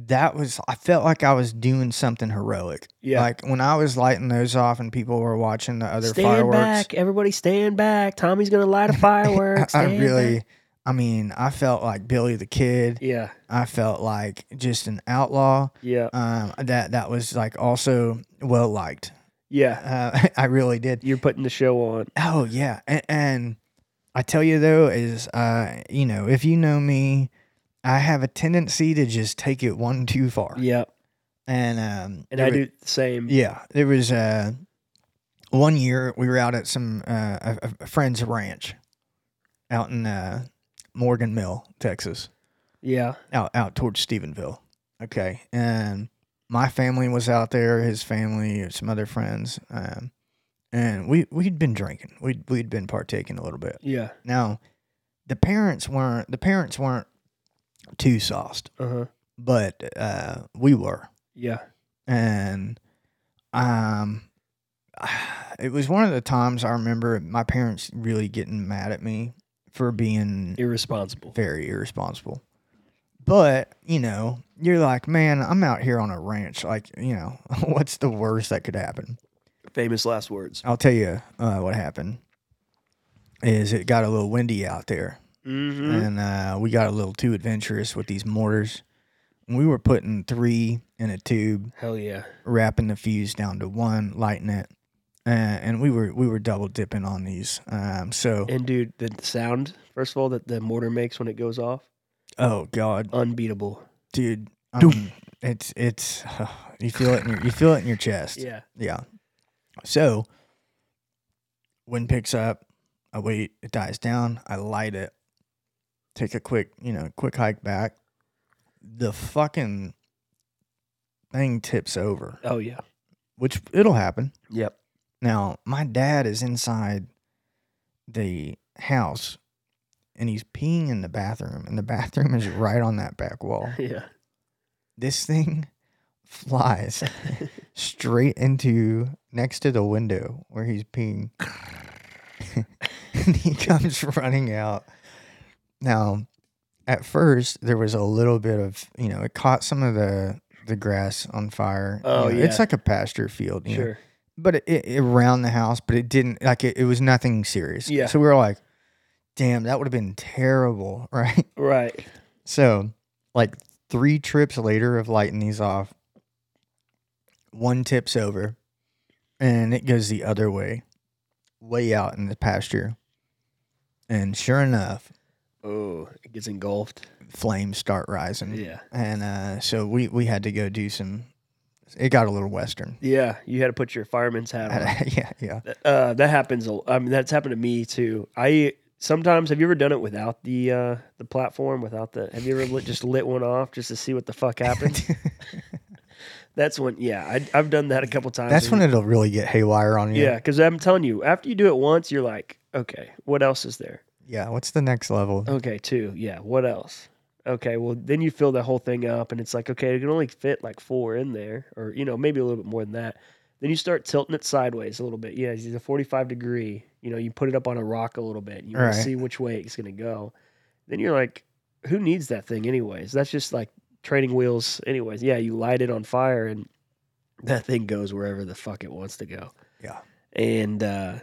S1: that was. I felt like I was doing something heroic.
S2: yeah.
S1: Like when I was lighting those off and people were watching the other
S2: stand
S1: fireworks.
S2: back, everybody, stand back. Tommy's gonna light a firework.
S1: I, I
S2: Stand
S1: really,
S2: back.
S1: I mean, I felt like Billy the Kid.
S2: yeah,
S1: I felt like just an outlaw.
S2: yeah,
S1: Um, that that was like also well liked.
S2: yeah.
S1: Uh, I really did.
S2: You're putting the show on.
S1: Oh yeah, and, and I tell you though is uh you know if you know me, I have a tendency to just take it one too far.
S2: Yeah,
S1: And um
S2: and
S1: there
S2: I
S1: was-
S2: do the same.
S1: Yeah, there was uh one year we were out at some uh, a, a friend's ranch out in uh, Morgan Mill, Texas,
S2: Yeah,
S1: out out towards Stephenville. Okay, and my family was out there, his family, some other friends, um, and we we'd been drinking, we'd we'd been partaking a little bit.
S2: yeah.
S1: Now, the parents weren't the parents weren't too sauced,
S2: Uh huh.
S1: but uh, we were
S2: Yeah,
S1: and um it was one of the times I remember my parents really getting mad at me for being
S2: irresponsible.
S1: very irresponsible. But, you know, you're like, man, I'm out here on a ranch. Like, you know, what's the worst that could happen?
S2: Famous last words.
S1: I'll tell you uh, what happened is it got a little windy out there.
S2: Mm-hmm.
S1: And uh, we got a little too adventurous with these mortars. We were putting three in a tube,
S2: Hell yeah.
S1: wrapping the fuse down to one, lighting it. Uh, and we were we were double dipping on these. Um, so,
S2: And dude, the sound first of all that the mortar makes when it goes off,
S1: oh god,
S2: unbeatable.
S1: dude, I
S2: Doom.
S1: mean, it's it's you feel it in your, you feel it in your chest.
S2: Yeah.
S1: Yeah. So, wind picks up. I wait. It dies down. I light it. Take a quick, you know, quick hike back. The fucking thing tips over,
S2: Oh yeah.
S1: which it'll happen.
S2: Yep.
S1: Now, my dad is inside the house and he's peeing in the bathroom, and the bathroom is right on that back wall.
S2: Yeah.
S1: This thing flies straight into next to the window where he's peeing. and he comes running out. Now, at first there was a little bit of, you know, it caught some of the the grass on fire. You
S2: Oh,
S1: know, It's
S2: yeah.
S1: like a pasture field, you know,
S2: sure.
S1: but it, it around the house, but it didn't like it, it was nothing serious.
S2: Yeah.
S1: So we were like, damn, that would have been terrible, right?
S2: Right.
S1: So, like three trips later of lighting these off, one tips over and it goes the other way, way out in the pasture. And sure enough,
S2: Oh, it gets engulfed.
S1: flames start rising.
S2: Yeah.
S1: And uh, so we, we had to go do some, it got a little Western.
S2: Yeah. You had to put your fireman's hat on.
S1: yeah, yeah.
S2: uh, that happens. a- I mean, that's happened to me too. I sometimes have you ever done it without the uh, the platform, without the? Have you ever lit, just lit one off just to see what the fuck happens? that's when, yeah, I, I've done that a couple times.
S1: That's when
S2: And-
S1: it'll really get haywire on you.
S2: yeah, because I'm telling you, after you do it once, you're like, okay, what else is there?
S1: Yeah. What's the next level?
S2: Okay, two, yeah, what else? Okay, well then you fill the whole thing up, and it's like, okay, it can only fit like four in there, or you know, maybe a little bit more than that. Then you start tilting it sideways a little bit. Yeah, it's a 45 degree. You know, you put it up on a rock a little bit. And you want
S1: Right.
S2: to see which way it's going to go. Then you're like, who needs that thing anyways? That's just like training wheels anyways. Yeah, you light it on fire and that thing goes wherever the fuck it wants to go.
S1: Yeah.
S2: And uh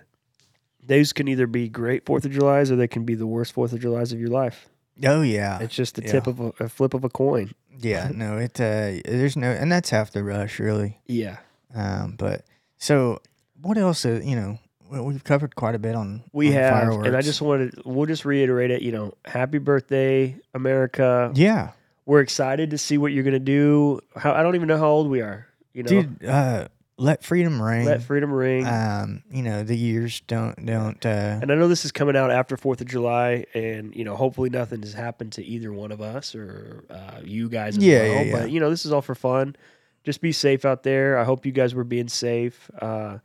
S2: those can either be great 4th of Julys or they can be the worst 4th of Julys of your life.
S1: Oh, yeah.
S2: It's just the
S1: yeah.
S2: tip of a, a flip of a coin.
S1: Yeah. No, it, uh, there's no, and that's half the rush, really.
S2: Yeah.
S1: Um, but so what else? Is, you know, we- we've covered quite a bit on
S2: We
S1: on
S2: have
S1: fireworks.
S2: and I just wanted we'll just reiterate it, you know, happy birthday America.
S1: yeah,
S2: We're excited to see what you're going to do. How I don't even know how old we are, you know.
S1: dude. Uh, let freedom ring.
S2: Let freedom ring.
S1: um, you know the years don't don't. Uh,
S2: And I know this is coming out after Fourth of July, and you know, hopefully nothing has happened to either one of us or uh, you guys. As
S1: Yeah,
S2: well.
S1: yeah, yeah.
S2: But you know, this is all for fun. Just be safe out there. I hope you guys were being safe. Uh,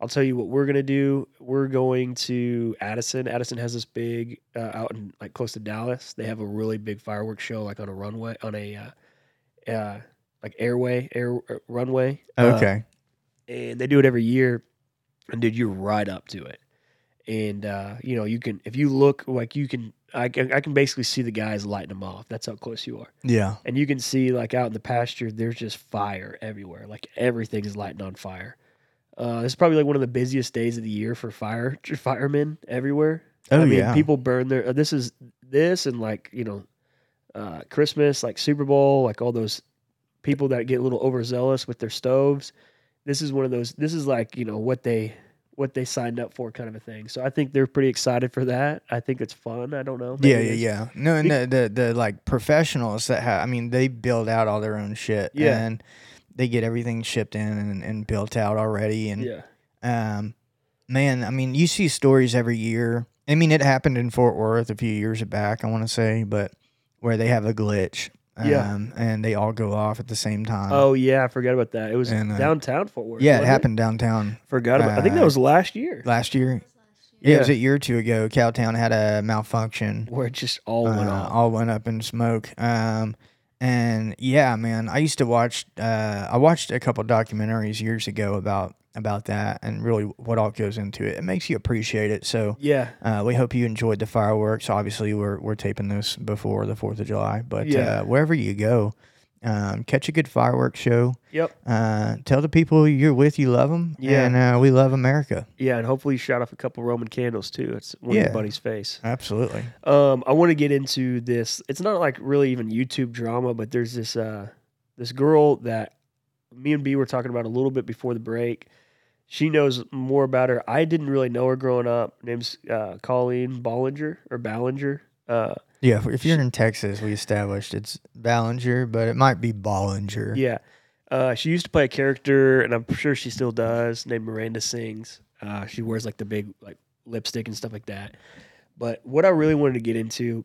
S2: I'll tell you what we're gonna do. We're going to Addison. Addison has this big uh, out in like close to Dallas. They have a really big fireworks show, like on a runway, on a uh, uh, like airway, air uh, runway. Uh,
S1: okay,
S2: and they do it every year. And dude, you're right up to it. And uh, you know, you can if you look like you can, I can, I can basically see the guys lighting them off. That's how close you are,
S1: yeah,
S2: and you can see like out in the pasture, there's just fire everywhere. Like everything is lighting on fire. Uh, this is probably like one of the busiest days of the year for fire firemen everywhere.
S1: oh
S2: I mean,
S1: yeah,
S2: people burn their. uh, This is this and like you know, uh, Christmas, like Super Bowl, like all those people that get a little overzealous with their stoves. This is one of those. This is like you know what they what they signed up for, kind of a thing. So I think they're pretty excited for that. I think it's fun. I don't know.
S1: yeah,
S2: Maybe
S1: yeah,
S2: it's-
S1: yeah. No, and the, the the like professionals that have, I mean, they build out all their own shit.
S2: Yeah.
S1: and they get everything shipped in and, and built out already, and
S2: Yeah,
S1: Um, man, I mean, you see stories every year. I mean, it happened in Fort Worth a few years back, I want to say, but where they have a glitch. Um,
S2: Yeah.
S1: And they all go off at the same time.
S2: Oh yeah, I forgot about that. It was
S1: And, uh,
S2: downtown Fort Worth.
S1: yeah, it
S2: wasn't
S1: happened downtown
S2: Forgot about. I think
S1: Uh,
S2: that was last year.
S1: last year. Yeah, it was a year or two ago. Cowtown had a malfunction.
S2: where it just all went
S1: uh,
S2: off.
S1: all went up in smoke. Um, And yeah, man, I used to watch. Uh, I watched a couple documentaries years ago about about that and really what all goes into it. It makes you appreciate it. So
S2: Yeah.
S1: uh, we hope you enjoyed the fireworks. Obviously, we're we're taping this before the Fourth of July, but
S2: Yeah.
S1: uh, wherever you go, um, catch a good fireworks show.
S2: Yep.
S1: Uh, tell the people you're with you love them,
S2: Yeah.
S1: and uh, we love America.
S2: Yeah, and hopefully you shot off a couple Roman candles too. It's one of
S1: Yeah.
S2: your buddy's face.
S1: Absolutely.
S2: Um, I want to get into this. It's not like really even YouTube drama, but there's this uh this girl that me and B were talking about a little bit before the break. She knows more about her. I didn't really know her growing up. Name's uh, Colleen Bollinger or Ballinger. Uh,
S1: Yeah, if- if you're in Texas, we established it's Ballinger, but it might be Bollinger.
S2: yeah. Uh, she used to play a character, and I'm sure she still does, named Miranda Sings. Uh, she wears like the big like lipstick and stuff like that. But what I really wanted to get into,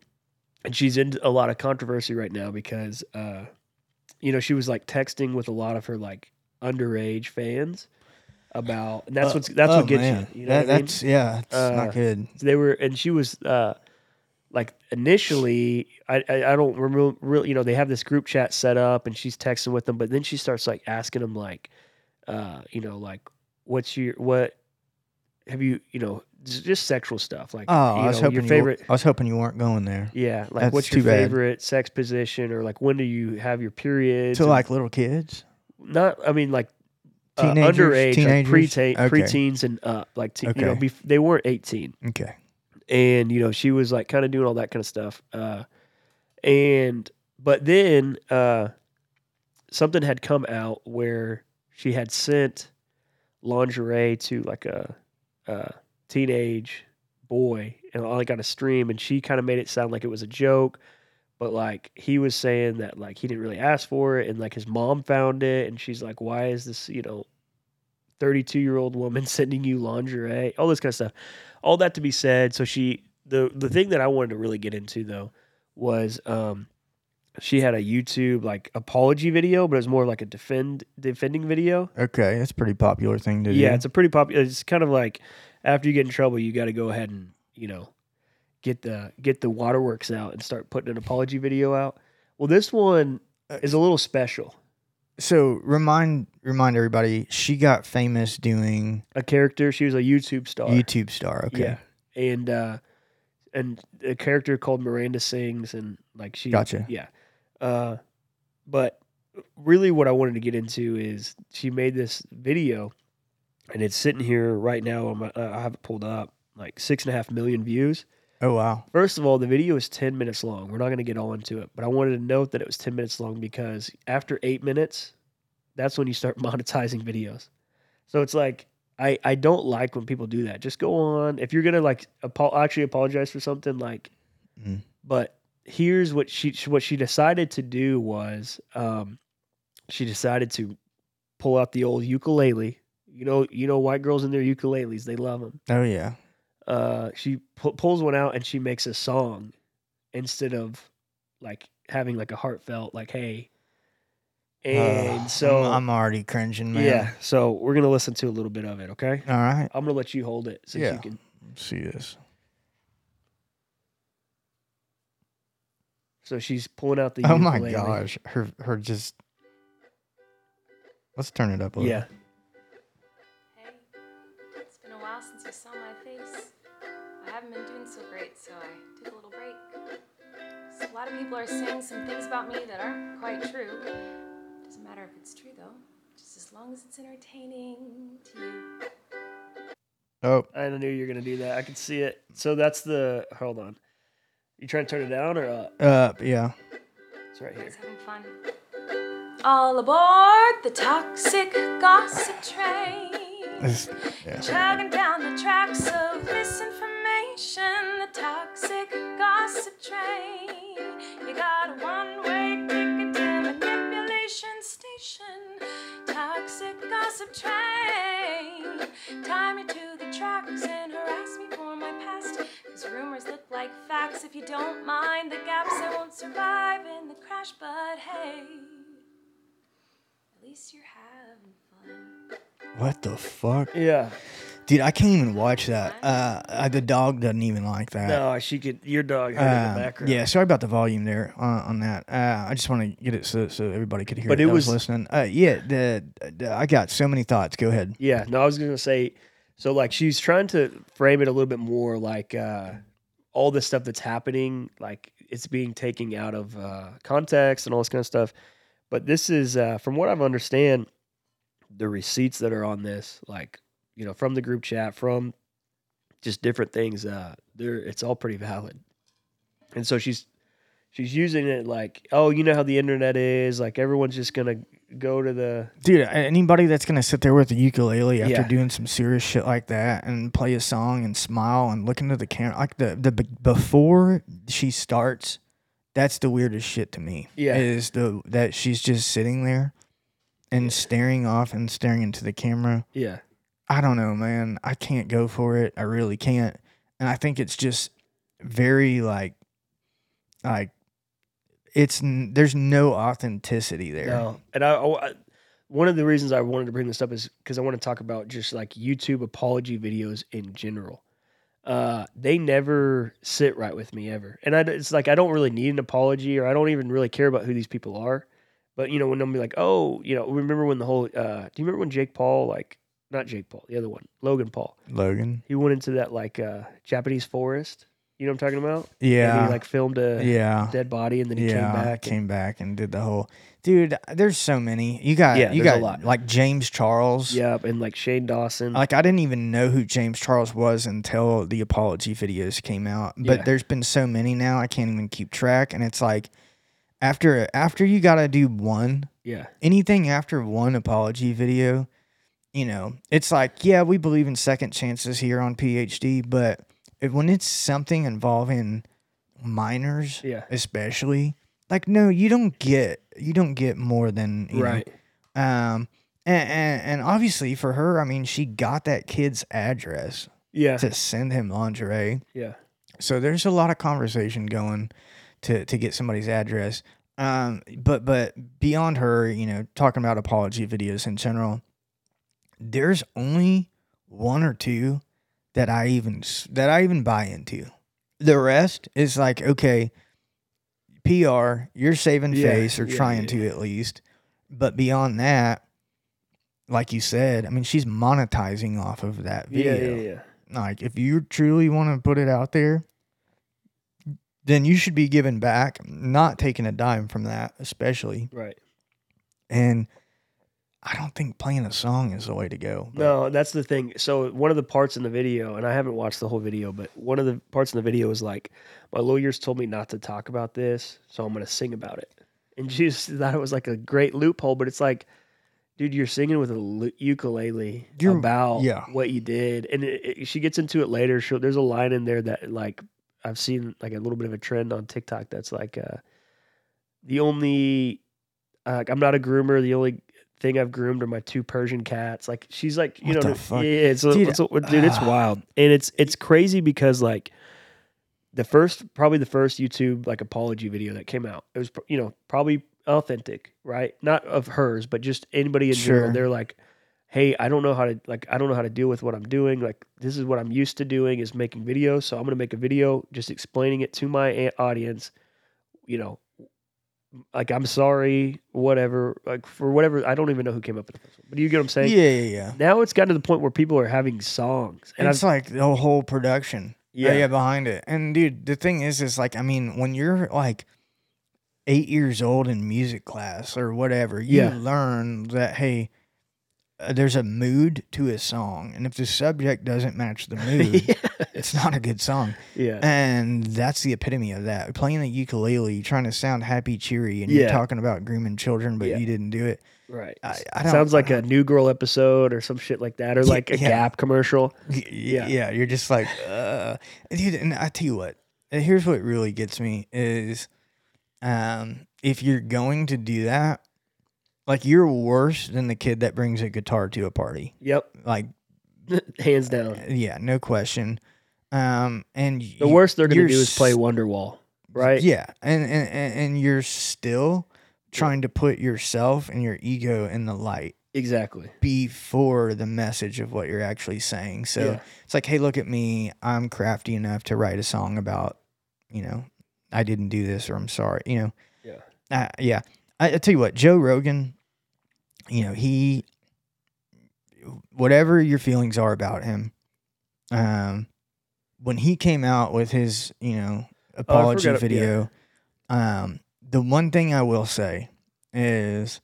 S2: and she's in a lot of controversy right now because, uh, you know, she was like texting with a lot of her like underage fans about, and that's what's that's
S1: Oh,
S2: what gets
S1: man.
S2: you. You know,
S1: That-
S2: what I mean?
S1: That's yeah, it's
S2: Uh,
S1: not good.
S2: So they were and she was uh like initially I, I i don't remember really you know they have this group chat set up and she's texting with them but then she starts like asking them like uh you know like what's your what have you you know j- just sexual stuff like
S1: Oh,
S2: you
S1: I was
S2: know,
S1: hoping
S2: your
S1: you-
S2: favorite
S1: I was hoping you weren't going there.
S2: yeah like
S1: That's
S2: what's
S1: too
S2: your
S1: bad.
S2: favorite sex position or like when do you have your periods
S1: To
S2: and
S1: like little kids.
S2: not i mean like uh,
S1: Teenagers?
S2: underage
S1: Teenagers?
S2: like
S1: Okay.
S2: pre preteens and up like te- you know
S1: Okay.
S2: bef- they weren't 18
S1: Okay.
S2: and you know she was like kind of doing all that kind of stuff uh and but then uh something had come out where she had sent lingerie to like a, a teenage boy and all got a stream and she kind of made it sound like it was a joke but like he was saying that like he didn't really ask for it and like his mom found it and she's like why is this you know 32 year old woman sending you lingerie all this kind of stuff all that to be said so she the the thing that i wanted to really get into though was um she had a youtube like apology video but it was more like a defend defending video
S1: Okay, that's a pretty popular thing to do.
S2: yeah it's a pretty popular it's kind of like after you get in trouble you got to go ahead and you know get the get the waterworks out and start putting an apology video out well this one is a little special
S1: so remind remind everybody she got famous doing
S2: a character she was a youtube star
S1: YouTube star. Okay.
S2: yeah and uh and a character called miranda sings and like she
S1: Gotcha.
S2: yeah uh but really what i wanted to get into is she made this video and it's sitting here right now on my, uh, i have it pulled up like six and a half million views
S1: Oh wow.
S2: First of all, the video is 10 minutes long. We're not going to get all into it, but I wanted to note that it was 10 minutes long because after eight minutes, that's when you start monetizing videos. So it's like, I, I don't like when people do that. Just go on. If you're going to like apo- actually apologize for something, like,
S1: Mm.
S2: but here's what she what she decided to do was um, she decided to pull out the old ukulele. You know, you know, white girls and their ukuleles, they love them
S1: Oh yeah.
S2: uh, she pu- pulls one out and she makes a song instead of like having like a heartfelt like hey and
S1: Ugh,
S2: so
S1: Uh, I'm, I'm already cringing, man.
S2: yeah so we're gonna listen to a little bit of it okay
S1: All right.
S2: i'm gonna let you hold it since
S1: Yeah.
S2: you can
S1: Let's see this.
S2: so she's pulling out the
S1: Oh my
S2: ukulele.
S1: gosh. Her her just Let's turn it up a little.
S2: yeah
S5: Hey, it's been a while since you saw my face. I haven't been doing so great, so I took a little break. So a lot of people are saying some things about me that aren't quite true. Doesn't matter if it's true though, just as long as it's entertaining to you.
S1: Oh,
S2: i knew you were gonna do that i could see it so that's the hold on you trying to turn it down or up
S1: up, yeah.
S2: it's right here
S5: It's having fun. All aboard the toxic gossip train.
S1: This- yeah.
S5: Chugging down the tracks of misinformation, the toxic gossip train. You got a one way ticket to manipulation station, toxic gossip train. Tie me to the tracks and harass me for my past. Cause rumors look like facts. If you don't mind the gaps, I won't survive in the crash, but hey, at least you're having fun.
S1: What the fuck?
S2: yeah
S1: Dude, I can't even watch that. Uh, uh, the dog doesn't even like that.
S2: No, Oh, she could. Your dog heard in
S1: Um,
S2: the background.
S1: yeah, sorry about the volume there on, on that. Uh, I just want to get it so, so everybody could hear.
S2: But
S1: it,
S2: it
S1: that was,
S2: was-
S1: listening. Uh, yeah, the, the- I got so many thoughts. Go ahead.
S2: Yeah, no, I was gonna say, so like she's trying to frame it a little bit more like uh, all the stuff that's happening, like it's being taken out of uh, context and all this kind of stuff. But this is, uh, from what I've understand, the receipts that are on this, like you know, from the group chat, from just different things, uh, they're it's all pretty valid. And so she's she's using it like, oh, you know how the internet is, like everyone's just gonna go to the
S1: Dude, a- anybody that's going to sit there with a ukulele after
S2: Yeah.
S1: doing some serious shit like that and play a song and smile and look into the camera, like the, the be- before she starts, that's the weirdest shit to me.
S2: Yeah.
S1: Is the that she's just sitting there and staring off and staring into the camera.
S2: yeah.
S1: I don't know, man. I can't go for it. I really can't. And I think it's just very like, like it's n- there's no authenticity there.
S2: No, and I, I- one of the reasons I wanted to bring this up is because I want to talk about just like YouTube apology videos in general. Uh, they never sit right with me ever, and I, it's like I don't really need an apology, or I don't even really care about who these people are. But you know, when they'll be like, "Oh, you know," remember when the whole? Uh, do you remember when Jake Paul, like not Jake Paul, the other one, Logan Paul,
S1: Logan.
S2: he went into that like uh, Japanese forest? You know what I'm talking about? and
S1: Yeah.
S2: he like filmed a
S1: yeah.
S2: dead body, and then he
S1: yeah.
S2: came back. and-
S1: came back and did the whole dude. There's so many. You got
S2: Yeah,
S1: you
S2: there's
S1: got
S2: a lot.
S1: like James Charles.
S2: Yep, and like Shane Dawson.
S1: Like I didn't even know who James Charles was until the apology videos came out. But
S2: Yeah.
S1: there's been so many now I can't even keep track. And it's like after after you gotta do one
S2: yeah,
S1: anything after one apology video, you know, it's like, yeah, we believe in second chances here on PhD, but if, when it's something involving minors,
S2: Yeah.
S1: especially, like, no, you don't get you don't get more than you know,
S2: right.
S1: um, and, and and obviously for her, I mean, she got that kid's address
S2: Yeah,
S1: to send him lingerie.
S2: yeah,
S1: So there's a lot of conversation going to to get somebody's address. Um, but but beyond her, you know, talking about apology videos in general, there's only one or two that I even s- that I even buy into. The rest is like okay, PR, you're saving
S2: Yeah,
S1: face or
S2: yeah,
S1: trying
S2: yeah.
S1: to at least. But beyond that, like you said, I mean, she's monetizing off of that
S2: yeah,
S1: video
S2: yeah, yeah.
S1: like if you truly want to put it out there then you should be giving back not taking a dime from that especially
S2: Right.
S1: and i don't think playing a song is the way to go but-
S2: No, that's the thing. So one of the parts in the video, and I haven't watched the whole video, but one of the parts in the video is like, my lawyers told me not to talk about this, so I'm going to sing about it. And she just thought it was like a great loophole, but it's like, dude, you're singing with a lu- ukulele
S1: You're-
S2: about
S1: yeah.
S2: what you did, and it, it- she gets into it later. She'll, there's a line in there that like I've seen like a little bit of a trend on TikTok that's like, uh, the only uh, I'm not a groomer. The only thing I've groomed are my two Persian cats. Like she's like you
S1: What
S2: know
S1: the fuck?
S2: yeah it's
S1: Dude,
S2: dude, it's, dude, it's
S1: ah.
S2: wild and it's it's crazy because like the first probably the first YouTube like apology video that came out it was you know probably authentic right not of hers but just anybody in
S1: Sure.
S2: general they're like hey I don't know how to like I don't know how to deal with what I'm doing like this is what I'm used to doing is making videos so I'm gonna make a video just explaining it to my a- audience you know like I'm sorry, whatever, like for whatever. I don't even know who came up with this, but you get what I'm
S1: yeah
S2: saying.
S1: yeah yeah
S2: Now it's gotten to the point where people are having songs, and
S1: it's
S2: I've,
S1: like the whole production uh,
S2: yeah,
S1: yeah behind it and dude the thing is is like i mean when you're like eight years old in music class or whatever you
S2: Yeah.
S1: learn that hey uh, there's a mood to a song and if the subject doesn't match the mood
S2: yeah,
S1: it's not a good song.
S2: yeah,
S1: And that's the epitome of that. Playing the ukulele, trying to sound happy, cheery, and you're
S2: Yeah.
S1: talking about grooming children, but
S2: Yeah.
S1: you didn't do it.
S2: right.
S1: I- I don't-
S2: Sounds like
S1: I
S2: a New Girl episode or some shit like that, or
S1: Yeah,
S2: like a
S1: yeah.
S2: Gap commercial.
S1: Yeah.
S2: Yeah.
S1: Yeah. You're just like, uh, dude. And I tell you what, and here's what really gets me is um, if you're going to do that, like you're worse than the kid that brings a guitar to a party.
S2: Yep,
S1: Like, Uh,
S2: hands down.
S1: yeah, no question. Um, and
S2: The
S1: you-
S2: worst they're gonna
S1: you're
S2: do is play
S1: s-
S2: Wonderwall, right?
S1: Yeah, and and and and you're still trying to put yourself and your ego in the light
S2: Exactly.
S1: before the message of what you're actually saying. So
S2: Yeah.
S1: it's like, hey, look at me. I'm crafty enough to write a song about, you know, I didn't do this or I'm sorry. You know,
S2: Yeah.
S1: uh, yeah. I, I tell you what, Joe Rogan, you know, he, whatever your feelings are about him, um, when he came out with his, you know, apology
S2: Oh, forgot-
S1: video, um, the one thing I will say is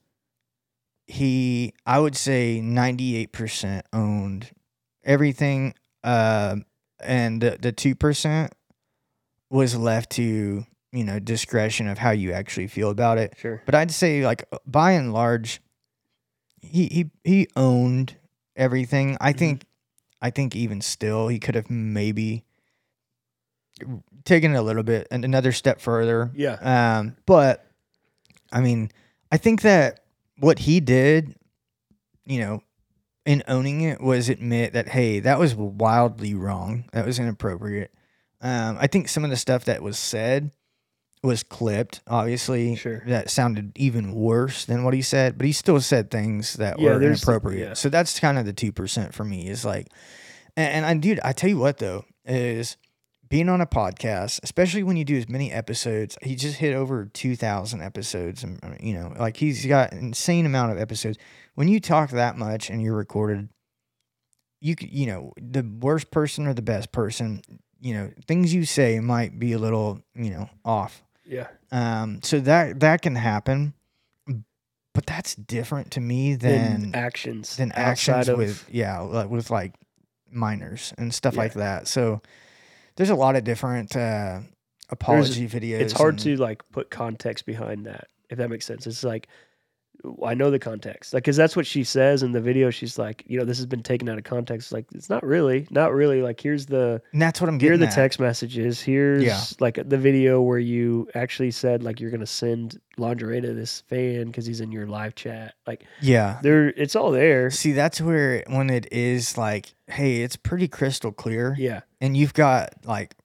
S1: he, I would say 98% owned everything, uh, and the, the 2% was left to, you know, discretion of how you actually feel about it.
S2: Sure.
S1: But I'd say like by and large, he he he owned everything. I
S2: Mhm.
S1: think I think even still he could have maybe taken it a little bit and another step further.
S2: Yeah.
S1: Um, but I mean, I think that what he did, you know, in owning it was admit that hey, that was wildly wrong. That was inappropriate. Um, I think some of the stuff that was said was clipped, obviously.
S2: Sure.
S1: That sounded even worse than what he said, but he still said things that
S2: Yeah,
S1: were
S2: there's-
S1: inappropriate.
S2: yeah.
S1: So that's kind of the two percent for me is like, and, and I dude, I tell you what though is being on a podcast, especially when you do as many episodes. He just hit over two thousand episodes, and I mean, you know, like he's got an insane amount of episodes. When you talk that much and you're recorded, you c- you know the worst person or the best person, you know, things you say might be a little you know off.
S2: Yeah.
S1: Um, so that that can happen, but that's different to me
S2: Then,
S1: than than,
S2: actions.
S1: actions
S2: outside of-
S1: with yeah like, with like minors and stuff
S2: Yeah.
S1: like that. So there's a lot of different uh, apology videos.
S2: It's hard
S1: and-
S2: to like put context behind that, if that makes sense. It's like I know the context, like because that's what she says in the video. She's like, you know, this has been taken out of context. Like it's not really, not really. Like here's the
S1: and that's what I'm
S2: here
S1: getting.
S2: are the
S1: at.
S2: text messages. Here's
S1: Yeah.
S2: like the video where you actually said like you're gonna send lingerie to this fan because he's in your live chat. Like
S1: Yeah.
S2: there, it's all there.
S1: See, that's where when it is like, hey, it's pretty crystal clear,
S2: Yeah,
S1: and you've got like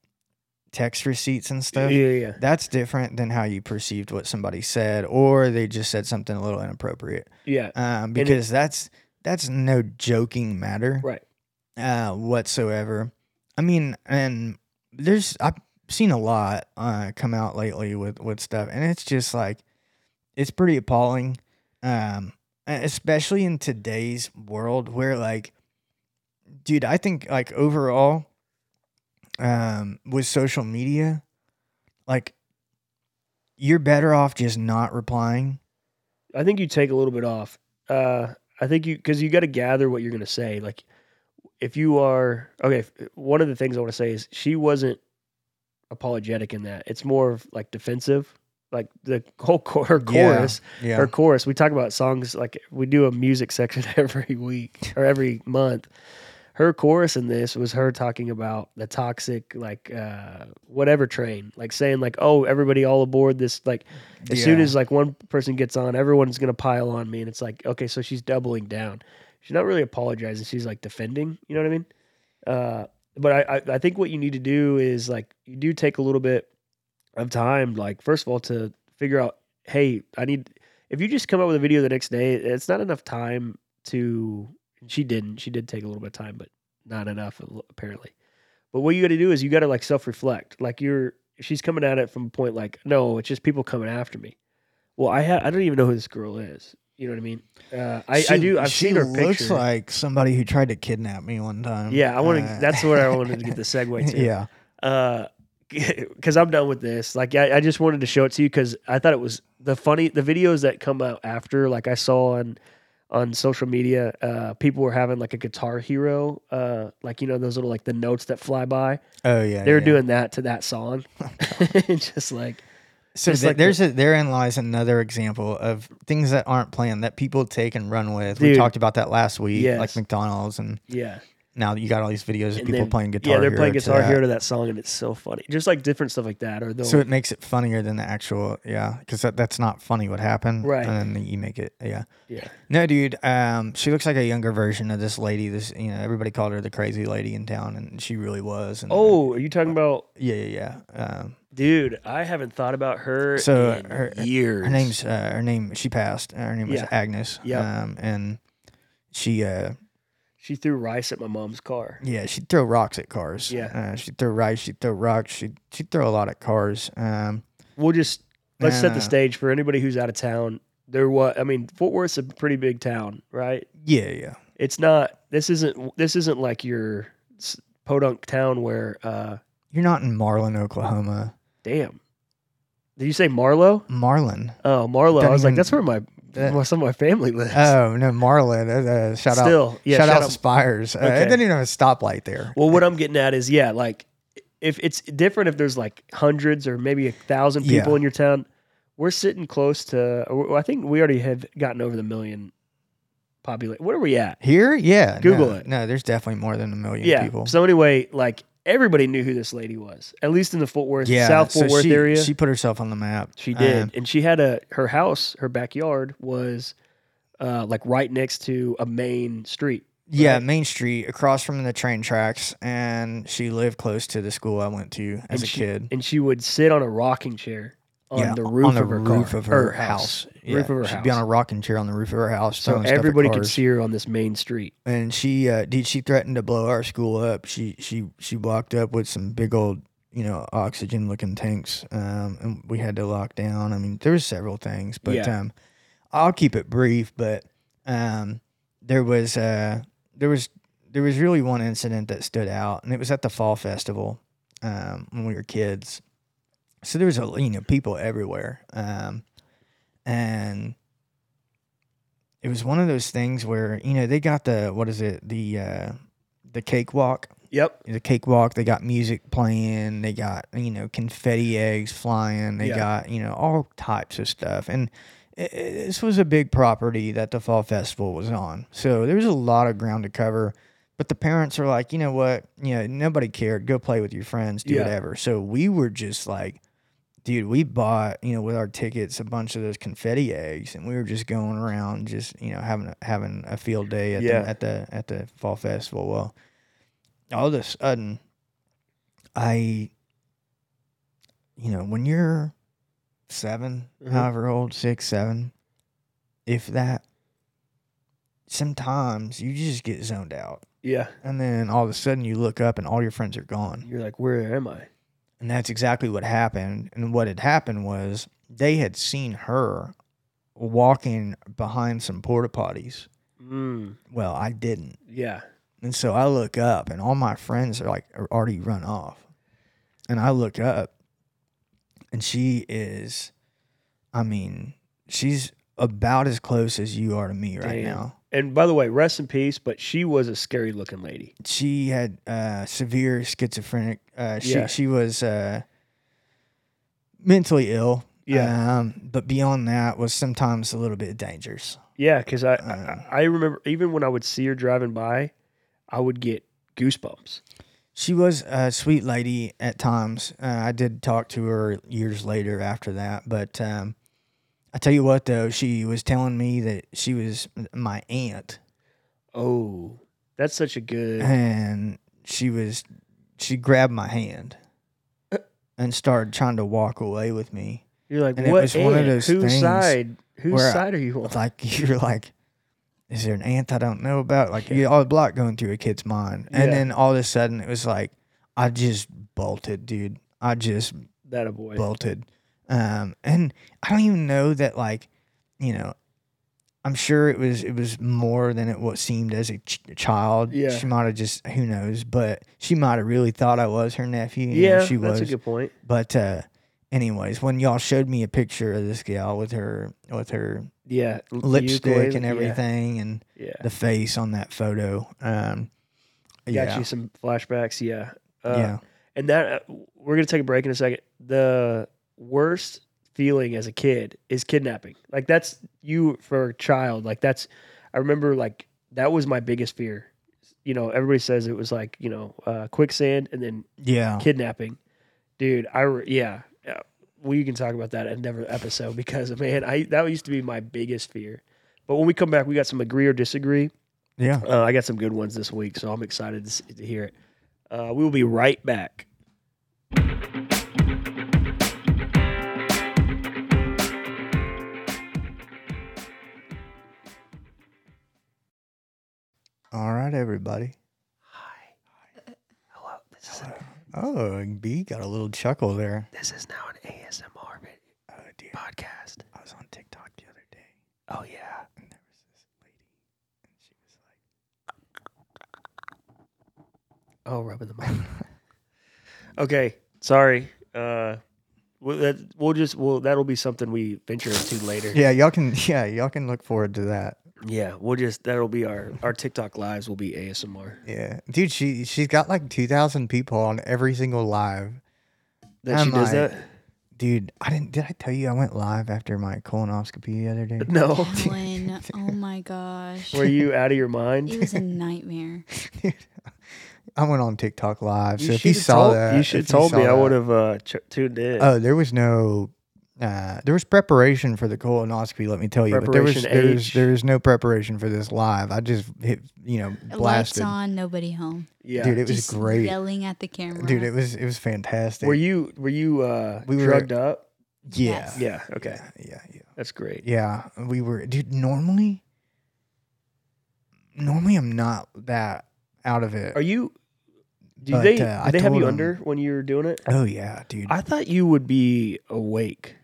S1: text receipts and
S2: yeah,
S1: stuff.
S2: yeah.
S1: That's different than how you perceived what somebody said, or they just said something a little inappropriate.
S2: yeah.
S1: um,
S2: it-
S1: because that's that's no joking matter
S2: Right.
S1: uh, whatsoever. I mean, and there's I've seen a lot uh, come out lately with with stuff, and it's just like it's pretty appalling, um, and especially in today's world where like, dude, I think like overall, um, with social media, like you're better off just not replying.
S2: I think you take a little bit off. Uh, I think you because you got to gather what you're going to say. Like, if you are okay, if, one of the things I want to say is she wasn't apologetic in that. It's more of like defensive. Like the whole chor- her
S1: Yeah,
S2: chorus,
S1: Yeah.
S2: her chorus. We talk about songs like we do a music section every week or every month. Her chorus in this was her talking about the toxic, like uh, whatever train, like saying like, "Oh, everybody all aboard this!" Like as soon
S1: Yeah.
S2: as like one person gets on, everyone's gonna pile on me, and it's like, okay, so she's doubling down. She's not really apologizing. She's like defending. You know what I mean? Uh, but I, I I think what you need to do is like you do take a little bit of time, like first of all, to figure out, hey, I need. If you just come out with a video the next day, it's not enough time to. She didn't. She did take a little bit of time, but not enough apparently. But what you got to do is you got to like self reflect. Like you're, she's coming at it from a point like, no, it's just people coming after me. Well, I ha- I don't even know who this girl is. You know what I mean? Uh, I, I
S1: She-
S2: do. I've
S1: she
S2: seen her
S1: looks
S2: picture.
S1: like somebody who tried to kidnap me one time.
S2: yeah, I want to.
S1: Uh,
S2: that's where I wanted to get the segue to.
S1: yeah,
S2: because uh, I'm done with this. Like, I, I just wanted to show it to you because I thought it was the funny the videos that come out after. Like, I saw on on social media, uh, people were having like a Guitar Hero, uh, like you know those little like the notes that fly by.
S1: oh yeah,
S2: They were
S1: yeah.
S2: doing that to that song, just like
S1: So
S2: just
S1: th-
S2: like the-
S1: there's a therein lies another example of things that aren't planned that people take and run with. We
S2: Dude.
S1: talked about that last week, like
S2: Yes.
S1: McDonald's, and
S2: yeah.
S1: now you got all these videos of
S2: And
S1: people
S2: then-
S1: playing guitar.
S2: yeah, they're
S1: Hero
S2: playing
S1: to
S2: Guitar
S1: that.
S2: Hero to that song, and it's so funny. Just like different stuff like that, or they'll
S1: So it makes it funnier than the actual, yeah, because that, that's not funny what happened,
S2: Right.
S1: And then you make it, yeah.
S2: yeah,
S1: No, dude. Um, she looks like a younger version of this lady. This, you know, everybody called her the crazy lady in town, and she really was. And,
S2: oh, are you talking about?
S1: yeah, yeah, yeah. Um,
S2: Dude, I haven't thought about her
S1: So,
S2: in
S1: her- her
S2: years.
S1: Her name's uh, her name. She passed. Her name was
S2: Yeah.
S1: Agnes.
S2: Yep.
S1: Um, and She uh
S2: She threw rice at my mom's car.
S1: yeah, she'd throw rocks at cars.
S2: Yeah.
S1: Uh, she'd throw rice, she'd throw rocks, she'd she'd throw a lot at cars. Um
S2: We'll just let's set
S1: Yeah.
S2: the stage for anybody who's out of town. There was, I mean, Fort Worth's a pretty big town, right?
S1: yeah, yeah.
S2: It's not. This isn't. This isn't like your s- podunk town where. uh
S1: You're not in Marlin, Oklahoma.
S2: Damn. Did you say Marlow?
S1: Marlin.
S2: Oh, Marlow. I
S1: Don't
S2: was like,
S1: even-
S2: that's where my
S1: that-
S2: where some of my family lives.
S1: Oh no, Marlin. Uh, uh, shout out
S2: Still, yeah.
S1: shout,
S2: shout
S1: out,
S2: out-
S1: Spires. Uh,
S2: Okay.
S1: It doesn't even have a stoplight there.
S2: Well, what I'm getting at is, yeah, like if it's different if there's like hundreds or maybe a thousand
S1: Yeah.
S2: people in your town, we're sitting close to. well, I think we already have gotten over the million population. What are we at?
S1: Here? Yeah.
S2: Google
S1: no,
S2: it.
S1: No, there's definitely more than a million
S2: yeah.
S1: people.
S2: So anyway, like everybody knew who this lady was, at least in the Fort Worth,
S1: yeah.
S2: South
S1: so
S2: Fort Worth
S1: she,
S2: area.
S1: She put herself on the map.
S2: She did,
S1: Um,
S2: and she had a her house, her backyard was uh, like right next to a main street.
S1: yeah, Main Street, across from the train tracks, and she lived close to the school I went to as
S2: And
S1: a
S2: she-
S1: kid.
S2: and she would sit on a rocking chair on
S1: yeah,
S2: the roof
S1: on the
S2: of her
S1: roof
S2: car,
S1: of her,
S2: or
S1: house. Yeah,
S2: roof of her
S1: She'd
S2: house.
S1: be on a rocking chair on the roof of her house.
S2: so
S1: throwing stuff at
S2: everybody could
S1: cars.
S2: see her on this main street.
S1: And she, uh, dude, she threatened to blow our school up. She, she, she blocked up with some big old, you know, oxygen-looking tanks, um, and we had to lock down. I mean, there was several things, but
S2: Yeah.
S1: um, I'll keep it brief. But um, there was, uh, there was, there was really one incident that stood out, and it was at the fall festival um, when we were kids. So there was a, you know, people everywhere, um, and it was one of those things where you know they got the what is it the uh the cakewalk
S2: Yep.
S1: the cakewalk they got music playing they got you know confetti eggs flying they
S2: Yeah.
S1: got you know all types of stuff and i- i- this was a big property that the fall festival was on so there was a lot of ground to cover but the parents are like you know what you know nobody cared go play with your friends do
S2: Yeah.
S1: whatever so we were just like dude, we bought, you know, with our tickets a bunch of those confetti eggs and we were just going around just, you know, having a, having a field day at
S2: Yeah.
S1: the at the at the fall festival. Well, all of a sudden I you know, when you're 7
S2: Mhm.
S1: however old, six, seven, if that sometimes you just get zoned out.
S2: Yeah.
S1: And then all of a sudden you look up and all your friends are gone.
S2: You're like, where am I?
S1: And that's exactly what happened. And what had happened was they had seen her walking behind some porta potties.
S2: Mm,
S1: Well, I didn't.
S2: yeah.
S1: And so I look up and all my friends are like are already run off. And I look up and she is I mean, she's about as close as you are to me right
S2: Damn.
S1: now.
S2: And by the way, rest in peace. But she was a scary looking lady.
S1: she had uh, severe schizophrenic. Uh, she
S2: Yeah.
S1: she was uh, mentally ill.
S2: Yeah.
S1: Um, but beyond that, was sometimes a little bit dangerous.
S2: Yeah, because I,
S1: Uh.
S2: I I remember even when I would see her driving by, I would get goosebumps.
S1: She was a sweet lady at times. Uh, I did talk to her years later after that, but um, I tell you what though, she was telling me that she was my aunt,
S2: Oh, that's such a good.
S1: and she was she grabbed my hand and started trying to walk away with me.
S2: You're like,
S1: And it
S2: what?
S1: was one of
S2: aunt?
S1: those
S2: whose
S1: things
S2: side? Whose
S1: where I-
S2: side are you on?
S1: like you're like is there an ant i don't know about like you all the block going through a kid's mind and
S2: Yeah.
S1: then all of a sudden it was like i just bolted dude i just
S2: That a boy.
S1: bolted um and i don't even know that like you know i'm sure it was it was more than it what seemed as a ch- child
S2: Yeah.
S1: she might have just who knows but she might have really thought i was her nephew you know,
S2: yeah,
S1: she
S2: that's
S1: was
S2: a good point.
S1: but uh anyways when y'all showed me a picture of this gal with her with her
S2: Yeah, l-
S1: lipstick
S2: ukulele-
S1: and
S2: yeah,
S1: everything and
S2: Yeah,
S1: the face on that photo. Um,
S2: got
S1: yeah,
S2: you some flashbacks. Yeah, uh,
S1: yeah,
S2: And that uh, we're gonna take a break in a second. The worst feeling as a kid is kidnapping. Like that's you for a child. Like that's I remember like that was my biggest fear. You know, everybody says it was like you know uh, quicksand and then
S1: yeah.
S2: kidnapping. Dude, I re- yeah. yeah. We can talk about that at another episode because man, I that used to be my biggest fear. But when we come back, we got some agree or disagree.
S1: yeah.
S2: Uh, I got some good ones this week, so I'm excited to, s- to hear it. Uh, we will be right back.
S1: right, everybody.
S2: Hi. Hello. This is,
S1: Oh, B got a little chuckle there.
S2: this is now an ASMR vid-
S1: Oh dear,
S2: podcast.
S1: I was on TikTok the other day,
S2: Oh, yeah.
S1: and there was this lady, and she was like,
S2: Oh, rubbing the mic. okay. Sorry. Uh, we'll, that, we'll just, we'll, that'll be something we venture into later.
S1: "Yeah, y'all can, yeah, y'all can look forward to that."
S2: Yeah, we'll just that'll be our our TikTok lives will be ASMR.
S1: Yeah, dude, she she's got like two thousand people on every single live.
S2: That she
S1: I'm
S2: does
S1: like-
S2: that?
S1: Dude, I didn't. Did I tell you I went live after my colonoscopy the other day?
S2: No.
S3: Alan, oh my gosh.
S2: Were you out of your
S3: It
S2: mind?
S3: was a nightmare.
S1: Dude, I went on TikTok live. So
S2: You
S1: if you
S2: should've
S1: saw
S2: told,
S1: that,
S2: you
S1: if
S2: should have told
S1: saw
S2: me. I
S1: that-
S2: would have uh, ch- tuned in.
S1: Oh, there was no. Uh, there was preparation for the colonoscopy. Let me tell you, but there was
S2: Preparation
S1: there was,
S2: H.
S1: there was no preparation for this live. I just hit you know
S3: Lights
S1: blasted,
S3: on, nobody home.
S2: yeah,
S1: dude. It was
S3: Just
S1: great,
S3: Yelling at the camera.
S1: dude. It was it was fantastic.
S2: were you were you uh,
S1: We were-
S2: drugged up?
S1: Yeah,
S3: Yes.
S2: Yeah. Okay,
S1: yeah, yeah,
S2: that's great.
S1: yeah. We were, dude. Normally, normally I'm not that out of it.
S2: Are you? Do
S1: But,
S2: they
S1: uh, I
S2: did they have
S1: told
S2: you
S1: 'em-
S2: under when you were doing it?
S1: Oh yeah, dude.
S2: I thought you would be awake,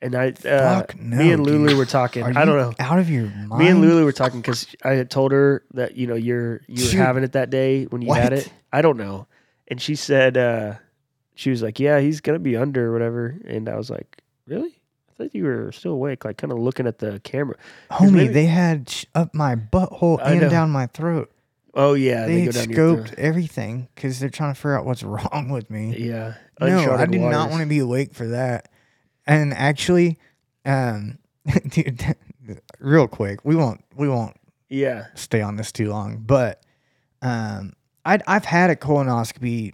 S2: and I uh,
S1: Fuck no.
S2: me and Lulu
S1: dude.
S2: were talking.
S1: Are
S2: I
S1: you
S2: don't know.
S1: Out of your mind.
S2: Me and Lulu were talking because I had told her that you know you're you
S1: Dude.
S2: were having it that day when you had
S1: What?
S2: it. I don't know, and she said uh, she was like, "Yeah, he's gonna be under or whatever," and I was like, "Really? I thought you were still awake, like kind of looking at the camera."
S1: Homie,
S2: maybe-
S1: they had sh- up my butthole
S2: I know.
S1: and down my throat.
S2: Oh yeah,
S1: they
S2: they,
S1: had
S2: go down your
S1: scoped
S2: throat.
S1: everything because they're trying to figure out what's wrong with me.
S2: Yeah,
S1: no, I
S2: uncharted
S1: did not
S2: waters.
S1: want to be awake for that. And actually, um, dude, real quick, we won't we won't
S2: Yeah,
S1: stay on this too long, but um, I I've had a colonoscopy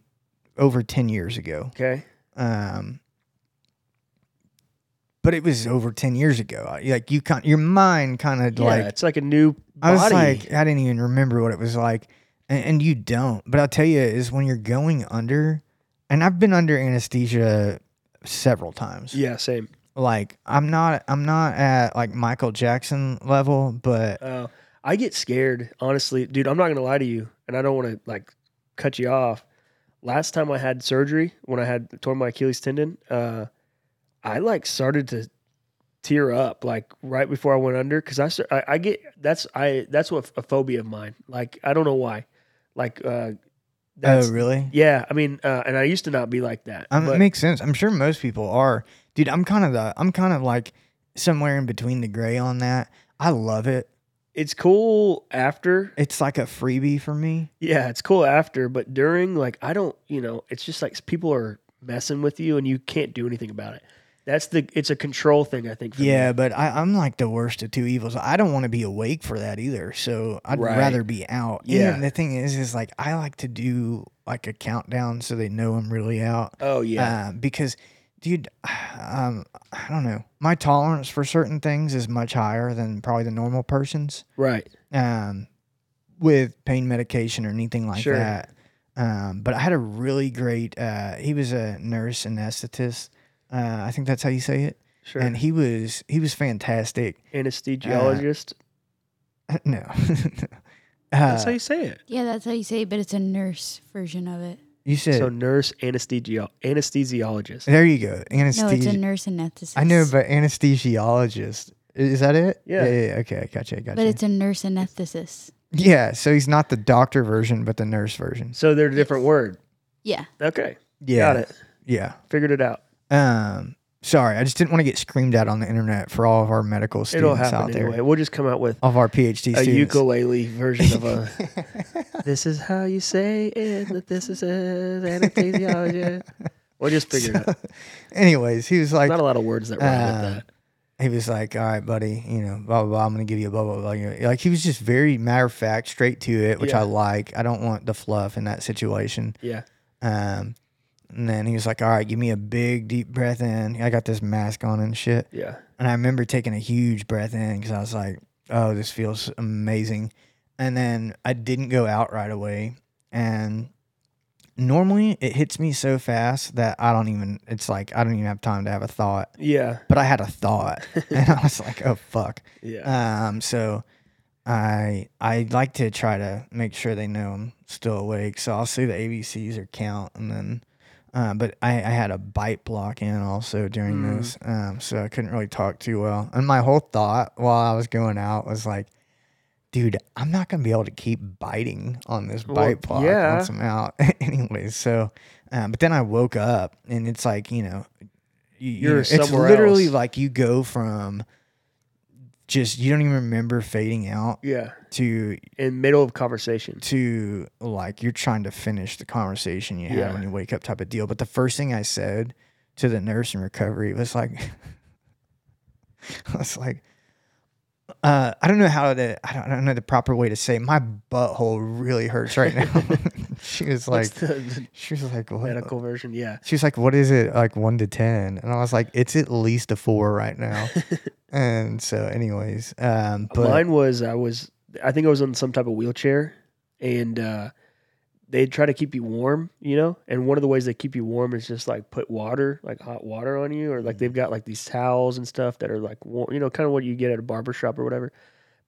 S1: over ten years ago.
S2: okay.
S1: um but it was over 10 years ago I- like you kind your mind kind of
S2: Yeah,
S1: like
S2: it's like a new. Body.
S1: i was like i didn't even remember what it was like and, and you don't but i'll tell you is when you're going under and i've been under anesthesia several times
S2: yeah, same.
S1: like i'm not i'm not at like michael jackson level but oh,
S2: Uh, I get scared, honestly, dude. I'm not gonna lie to you, and I don't want to like cut you off. Last time I had surgery, when I had tore my Achilles tendon, uh, I like started to tear up like right before I went under because I, start- I I get that's I that's what a phobia of mine. Like I don't know why. Like uh, that's
S1: oh really
S2: yeah. I mean, uh, and I used to not be like that.
S1: Um,
S2: but-
S1: it makes sense. I'm sure most people are. Dude, I'm kind of the I'm kind of like somewhere in between the gray on that. I love it.
S2: it's cool after.
S1: It's like a freebie for me.
S2: Yeah, it's cool after, but during, like, I don't, you know, it's just like people are messing with you and you can't do anything about it. That's the, it's a control thing, I think. For me.
S1: Yeah, but I, I'm like the worst of two evils. I don't want to be awake for that either. So I'd
S2: Right.
S1: rather be out.
S2: Yeah.
S1: And the thing is, is like I like to do like a countdown so they know I'm really out.
S2: Oh, yeah.
S1: Uh, because, dude, um, I don't know. My tolerance for certain things is much higher than probably the normal person's.
S2: right.
S1: um, with pain medication or anything like
S2: Sure.
S1: that. Um, but I had a really great. Uh, he was a nurse anesthetist. Uh, I think that's how you say it.
S2: Sure.
S1: And he was he was fantastic.
S2: Anesthesiologist.
S1: no,
S2: that's how
S1: uh,
S2: you say it.
S3: Yeah, that's how you say it, but it's a nurse version of it.
S1: you said
S2: So, nurse anesthesio- anesthesiologist.
S1: there. You go
S3: No, it's a
S1: anesthesia.
S3: nurse anesthetist.
S1: I know, but anesthesiologist I- is that it?
S2: Yeah.
S1: yeah, yeah. Okay, I gotcha, I gotcha.
S3: But it's a nurse anesthetist.
S1: yeah, so he's not the doctor version, but the nurse version.
S2: So, they're a different word.
S3: Yeah.
S2: Okay.
S1: Yeah,
S2: Got it.
S1: yeah.
S2: Figured it out.
S1: Um, sorry, I just didn't want to get screamed at on the internet for all of our medical students
S2: It'll
S1: out
S2: happen
S1: there,
S2: anyway. We'll just come out with
S1: all of our PhD
S2: a
S1: students.
S2: ukulele version of a, this is how you say it, that this is an anesthesiologist. We'll just figure it out.
S1: Anyways, he was like,
S2: not a lot of words that rhyme
S1: uh,
S2: with that.
S1: he was like, all right, buddy, you know, blah blah blah. I'm gonna give you a blah blah blah. You know, like he was just very matter of fact, straight to it, which
S2: Yeah.
S1: I like. I don't want the fluff in that situation.
S2: Yeah.
S1: Um, and then he was like, all right, give me a big deep breath in. I got this mask on and shit.
S2: Yeah.
S1: And I remember taking a huge breath in because I was like, oh, this feels amazing. And then I didn't go out right away. And normally it hits me so fast that I don't even, it's like, I don't even have time to have a thought.
S2: Yeah.
S1: uh, But I had a thought and I was like, oh, fuck.
S2: Yeah.
S1: Um, so I I like to try to make sure they know I'm still awake, so I'll see the ABCs or count, and then. Uh, but I, I had a bite block in also during
S2: Mm.
S1: this, um, so I couldn't really talk too well. And my whole thought while I was going out was like, "Dude, I'm not gonna be able to keep biting on this
S2: Well,
S1: bite block
S2: yeah.
S1: once I'm out." Anyways, so um, but then I woke up and it's like you know, you, you
S2: You're
S1: know, it's
S2: somewhere
S1: literally
S2: else.
S1: like you go from just you don't even remember fading out
S2: Yeah.
S1: to
S2: In middle of conversation.
S1: to like you're trying to finish the conversation you had
S2: Yeah.
S1: when you wake up type of deal. But the first thing I said to the nurse in recovery was like, I was like, uh, I don't know how to, I don't, I don't know the proper way to say. it. My butthole really hurts right now. she was like,
S2: What's the, the
S1: she was like, what?
S2: medical version. Yeah.
S1: She was like, "What is it like one to 10? And I was like, "It's at least a four right now." and so, anyways, um, but
S2: Mine was I was I think I was on some type of wheelchair and uh they try to keep you warm, you know? And one of the ways they keep you warm is just like put water, like hot water on you, or like
S1: Mm-hmm.
S2: they've got like these towels and stuff that are like warm, you know, kind of what you get at a barber shop or whatever.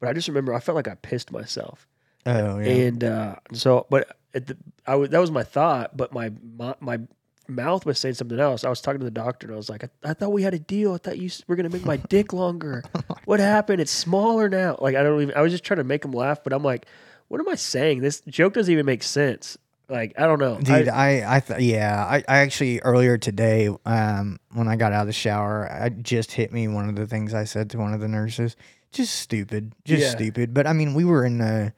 S2: But I just remember I felt like I pissed myself.
S1: oh yeah,
S2: And uh, so, but at the, I was, that was my thought, but my, my my mouth was saying something else. I was talking to the doctor, and I was like, I, I thought we had a deal. I thought you s- were going to make my dick longer. what happened? It's smaller now. Like I don't even. I was just trying to make him laugh, but I'm like, what am I saying? This joke doesn't even make sense. Like I don't know.
S1: Dude,
S2: I,
S1: I, I, th- yeah, I, I actually earlier today, um, when I got out of the shower, I it just hit me one of the things I said to one of the nurses. Just stupid, just
S2: Yeah.
S1: stupid. But I mean, we were in, uh,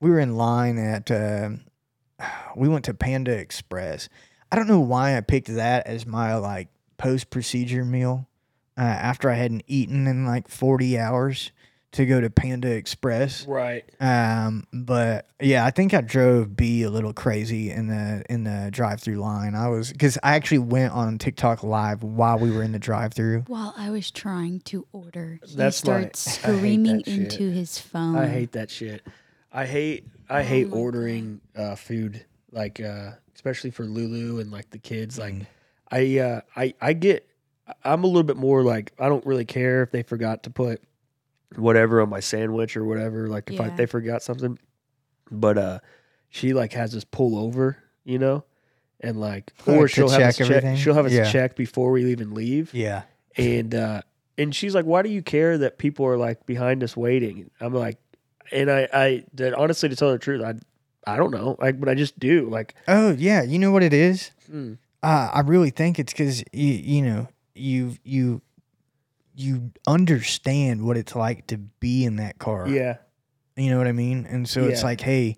S1: we were in line at, uh, we went to Panda Express. I don't know why I picked that as my like post procedure meal uh, after I hadn't eaten in like forty hours to go to Panda Express.
S2: right.
S1: Um, but yeah, I think I drove B a little crazy in the in the drive-through line. I was because I actually went on TikTok live while we were in the drive-through.
S3: While I was trying to order, he
S2: That's
S3: starts
S2: my- I hate
S3: screaming
S2: that shit.
S3: into his phone.
S2: I hate that shit. I hate I hate ordering uh, food like uh, especially for Lulu and like the kids. Like
S1: Mm.
S2: I uh, I I get I'm a little bit more like I don't really care if they forgot to put whatever on my sandwich or whatever. Like if I,
S3: Yeah.
S2: they forgot something, but uh, she like has this pull over, you know, and like
S1: Like
S2: or
S1: to
S2: she'll have us
S1: check
S2: check,
S1: everything?
S2: she'll have us
S1: Yeah.
S2: check before we even leave
S1: Yeah,
S2: and uh and she's like why do you care that people are like behind us waiting i'm like and i i that honestly to tell the truth i i don't know like but i just do like
S1: Oh yeah, you know what it is.
S2: Mm.
S1: Uh, I really think it's because you you know you you you understand what it's like to be in that car.
S2: yeah
S1: you know what I mean. And so it's
S2: Yeah.
S1: like, hey,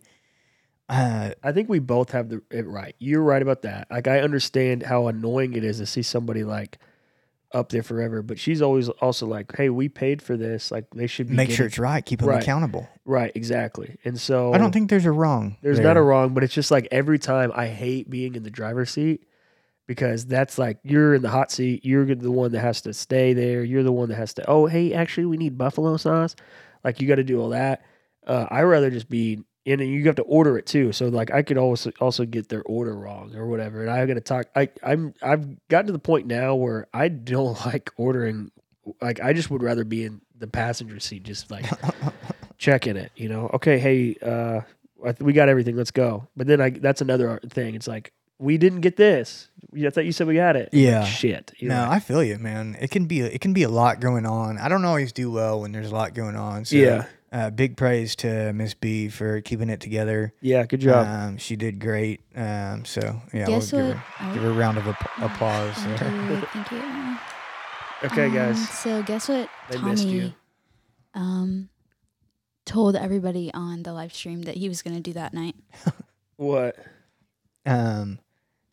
S1: uh,
S2: i think we both have the it right you're right about that like i understand how annoying it is to see somebody like up there forever but she's always also like hey we paid for this like they should be
S1: make
S2: getting-
S1: sure it's right. Keep them
S2: Right.
S1: accountable.
S2: right exactly and so
S1: I don't think there's a wrong.
S2: There's
S1: there.
S2: not a wrong, but it's just like every time I hate being in the driver's seat because that's like you're in the hot seat. You're the one that has to stay there. You're the one that has to, oh, hey, actually, we need buffalo sauce. Like you got to do all that. Uh, I rather just be in and you have to order it too. So like I could also also get their order wrong or whatever. And I got to talk. I I'm I've gotten to the point now where I don't like ordering. Like I just would rather be in the passenger seat, just like checking it. You know, okay, hey, uh, I th- we got everything. Let's go. But then I that's another thing. It's like we didn't get this. I thought you said we got it. Like,
S1: Yeah.
S2: shit. you
S1: no,
S2: know?
S1: I feel you, man. It can be it can be a lot going on. I don't always do well when there's a lot going on. So,
S2: Yeah.
S1: Uh, big praise to Miss B for keeping it together.
S2: yeah. Good job.
S1: Um, she did great. Um, so yeah,
S3: Guess
S1: we'll
S3: what?
S1: give, her, give her a round of app- applause.
S3: Thank
S1: there.
S3: you. Thank you.
S2: okay,
S3: Um,
S2: guys.
S3: So guess what
S2: They
S3: Ah, Tommy
S2: missed you.
S3: um told everybody on the live stream that he was going to do that night.
S2: What?
S1: Um,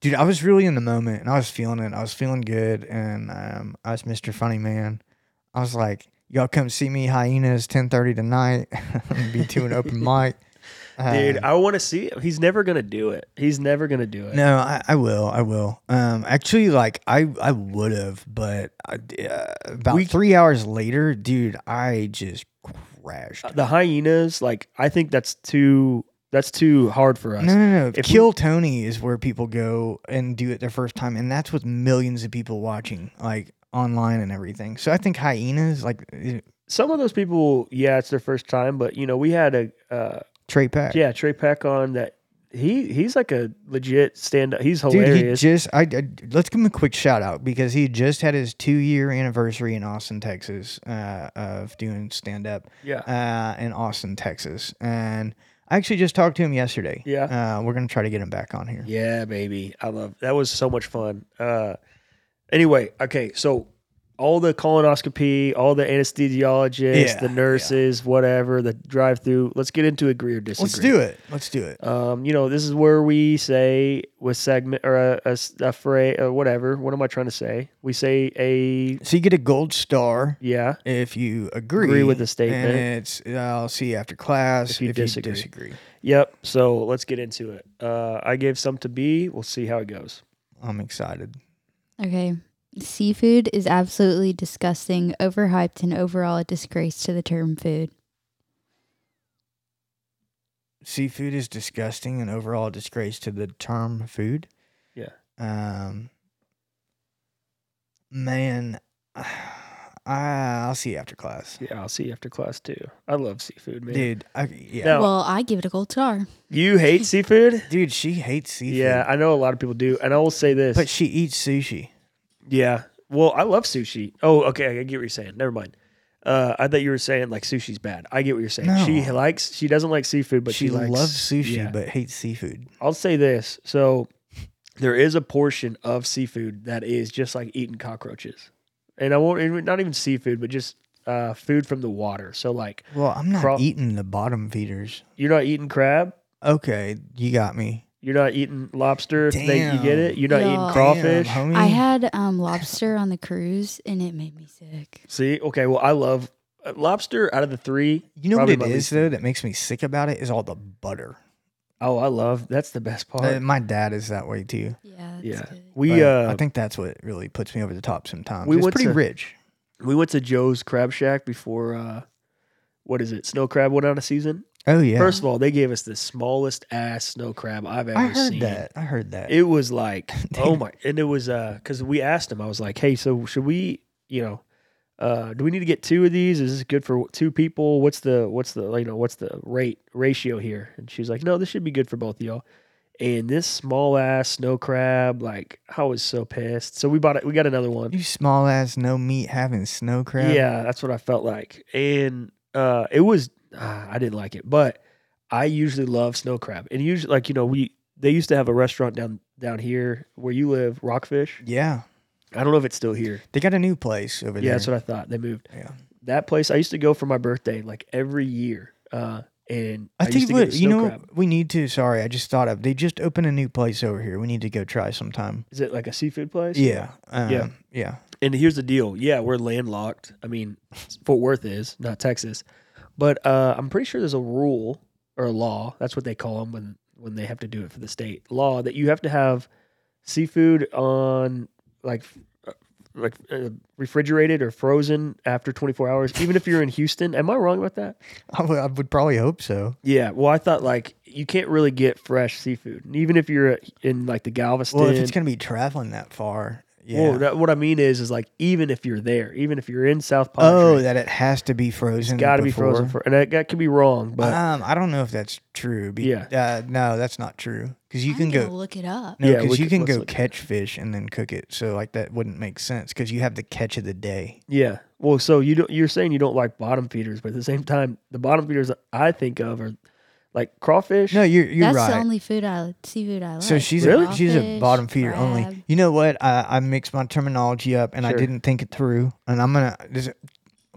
S1: dude, I was really in the moment and I was feeling it. I was feeling good, and um, I was Mr. Funny Man. I was like, "Y'all come see me, hyenas, ten thirty tonight. be to an open mic,
S2: Dude,
S1: Um,
S2: I want to see him. He's never gonna do it. He's never gonna do it.
S1: No, I, I will. I will. Um, actually, like I, I would have, but I, uh, about
S2: We-
S1: three hours later, dude, I just crashed.
S2: The hyenas, like I think that's too that's too hard for us.
S1: No, no, no.
S2: if we-
S1: Kill Tony is where people go and do it their first time, and that's with millions of people watching, like uh, online and everything. So I think hyenas, like, it-
S2: some of those people, yeah, it's their first time, but you know, we had a uh,
S1: Trey Pack.
S2: yeah Trey Peck on that. He he's like a legit stand up. He's
S1: Dude, he
S2: hilarious.
S1: just I, I- let's give him a quick shout out because he just had his two year anniversary in Austin, Texas, uh, of doing stand up
S2: yeah,
S1: uh, in Austin, Texas, and I actually just talked to him yesterday.
S2: Yeah.
S1: uh, we're gonna try to get him back on here.
S2: yeah, baby. I love that. Was so much fun. Uh, anyway, okay, so all the colonoscopy, all the anesthesiologists,
S1: Yeah,
S2: the
S1: yeah.
S2: nurses, whatever, the drive through. Let's get into agree or disagree.
S1: Let's do it. Let's do it.
S2: Um, you know, this is where we say with segment or a, a, phrase or whatever. What am I trying to say? We say a
S1: So you get a gold star
S2: yeah,
S1: if you agree,
S2: Agree with the statement.
S1: And it's I'll see you after class
S2: If you disagree.
S1: disagree.
S2: yep. So let's get into it. Uh, I gave some to B. We'll see how it goes.
S1: I'm excited.
S3: Okay. Seafood is absolutely disgusting, overhyped, and overall a disgrace to the term food.
S1: Seafood is disgusting and overall a disgrace to the term food.
S2: Yeah.
S1: Um. Man, I'll see you after class,
S2: Yeah, I'll see you after class too. I love seafood, man.
S1: dude. I, yeah,
S2: No.
S3: Well, I give it a gold star.
S2: You hate seafood?
S1: dude. She hates seafood.
S2: Yeah, I know a lot of people do, and I will say this.
S1: but she eats sushi.
S2: yeah, well, I love sushi. Oh, okay, I get what you're saying. Never mind. Uh, I thought you were saying like sushi's bad. I get what you're saying. She
S1: No.
S2: likes, she doesn't like seafood, but
S1: she,
S2: she, likes,
S1: loves sushi
S2: yeah.
S1: but hates seafood.
S2: I'll say this. So there is a portion of seafood that is just like eating cockroaches. And I won't even- not even seafood, but just uh, food from the water. So like
S1: Well, I'm not
S2: Craw-
S1: eating the bottom feeders.
S2: you're not eating crab,
S1: Okay, you got me.
S2: you're not eating lobster if they, you get it, you're not
S3: Damn.
S2: eating
S3: Y'all-
S2: crawfish.
S1: Damn, homie.
S3: I had um, lobster on the cruise, and it made me sick.
S2: See, okay, well I love uh, lobster out of the three.
S1: You know
S2: probably
S1: what
S2: my
S1: it is
S2: least-
S1: though that makes me sick about it is all the butter.
S2: Oh, I love that's the best part.
S1: Uh, my dad is that way too.
S3: Yeah, that's
S2: yeah,
S3: good.
S2: we
S1: but
S2: uh,
S1: I think that's what really puts me over the top sometimes.
S2: we
S1: We it's
S2: went
S1: pretty
S2: to-
S1: rich.
S2: we went to Joe's Crab Shack before. uh What is it? Snow crab went out of season.
S1: Oh yeah,
S2: First of all, they gave us the smallest ass snow crab I've ever
S1: I heard
S2: seen.
S1: that. I heard that.
S2: It was like,
S1: They-
S2: oh my! And it was uh, because we asked him. I was like, hey, so should we, you know, uh, do we need to get two of these? Is this good for two people? What's the what's the you know what's the rate ratio here? And she was like, no, this should be good for both of y'all. And this small ass snow crab, like, I was so pissed. So we bought it. We got another one.
S1: you small ass no meat having snow crab.
S2: Yeah, that's what I felt like. And uh, it was uh, I didn't like it, but I usually love snow crab. And usually like, you know, we they used to have a restaurant down down here where you live, Rockfish.
S1: yeah.
S2: I don't know if it's still here.
S1: They got a new place over
S2: Yeah,
S1: there.
S2: that's what I thought. They moved.
S1: Yeah.
S2: That place I used to go for my birthday like every year. Uh and
S1: I,
S2: I, used
S1: think
S2: to
S1: what
S2: get
S1: you
S2: snow
S1: know
S2: crab.
S1: we need to. Sorry, I just thought of. They just opened a new place over here. We need to go try sometime.
S2: Is it like a seafood place?
S1: Yeah. Um,
S2: Yeah.
S1: yeah. Yeah.
S2: And here's the deal. Yeah, we're landlocked. I mean, Fort Worth is, not Texas. But uh, I'm pretty sure there's a rule or a law. That's what they call them when, when they have to do it for the state law that you have to have seafood on like uh, like uh, refrigerated or frozen after 24 hours, even if you're in Houston. Am I wrong about that?
S1: I would- I would probably hope so.
S2: Yeah. Well, I thought like you can't really get fresh seafood, And even if you're uh, in like the Galveston.
S1: Well, if it's gonna be traveling that far, yeah.
S2: Well, that, what I mean is, is like even if you're there, even if you're in South Padre,
S1: oh, that it has to be frozen.
S2: Got to be
S1: before.
S2: frozen for, and that, that could be wrong, but
S1: um, I don't know if that's true. Be-
S2: Yeah.
S1: Uh, no, that's not true because you
S3: I'm
S1: can
S3: gonna
S1: go.
S3: look it up.
S1: No,
S2: Yeah, we
S1: because you
S2: could-
S1: can
S2: let's
S1: go
S2: look at
S1: catch fish and then cook it. So like that wouldn't make sense because you have the catch of the day.
S2: yeah. Well, so you don't, you're saying you don't like bottom feeders, but at the same time, the bottom feeders that I think of are like crawfish.
S1: No, you're you're
S3: that's
S1: right.
S3: the only food I seafood I like.
S1: so she's
S2: Really?
S1: a, she's a bottom feeder only. You know what? I, I mixed my terminology up and I
S2: Sure.
S1: didn't think it through. And I'm gonna this,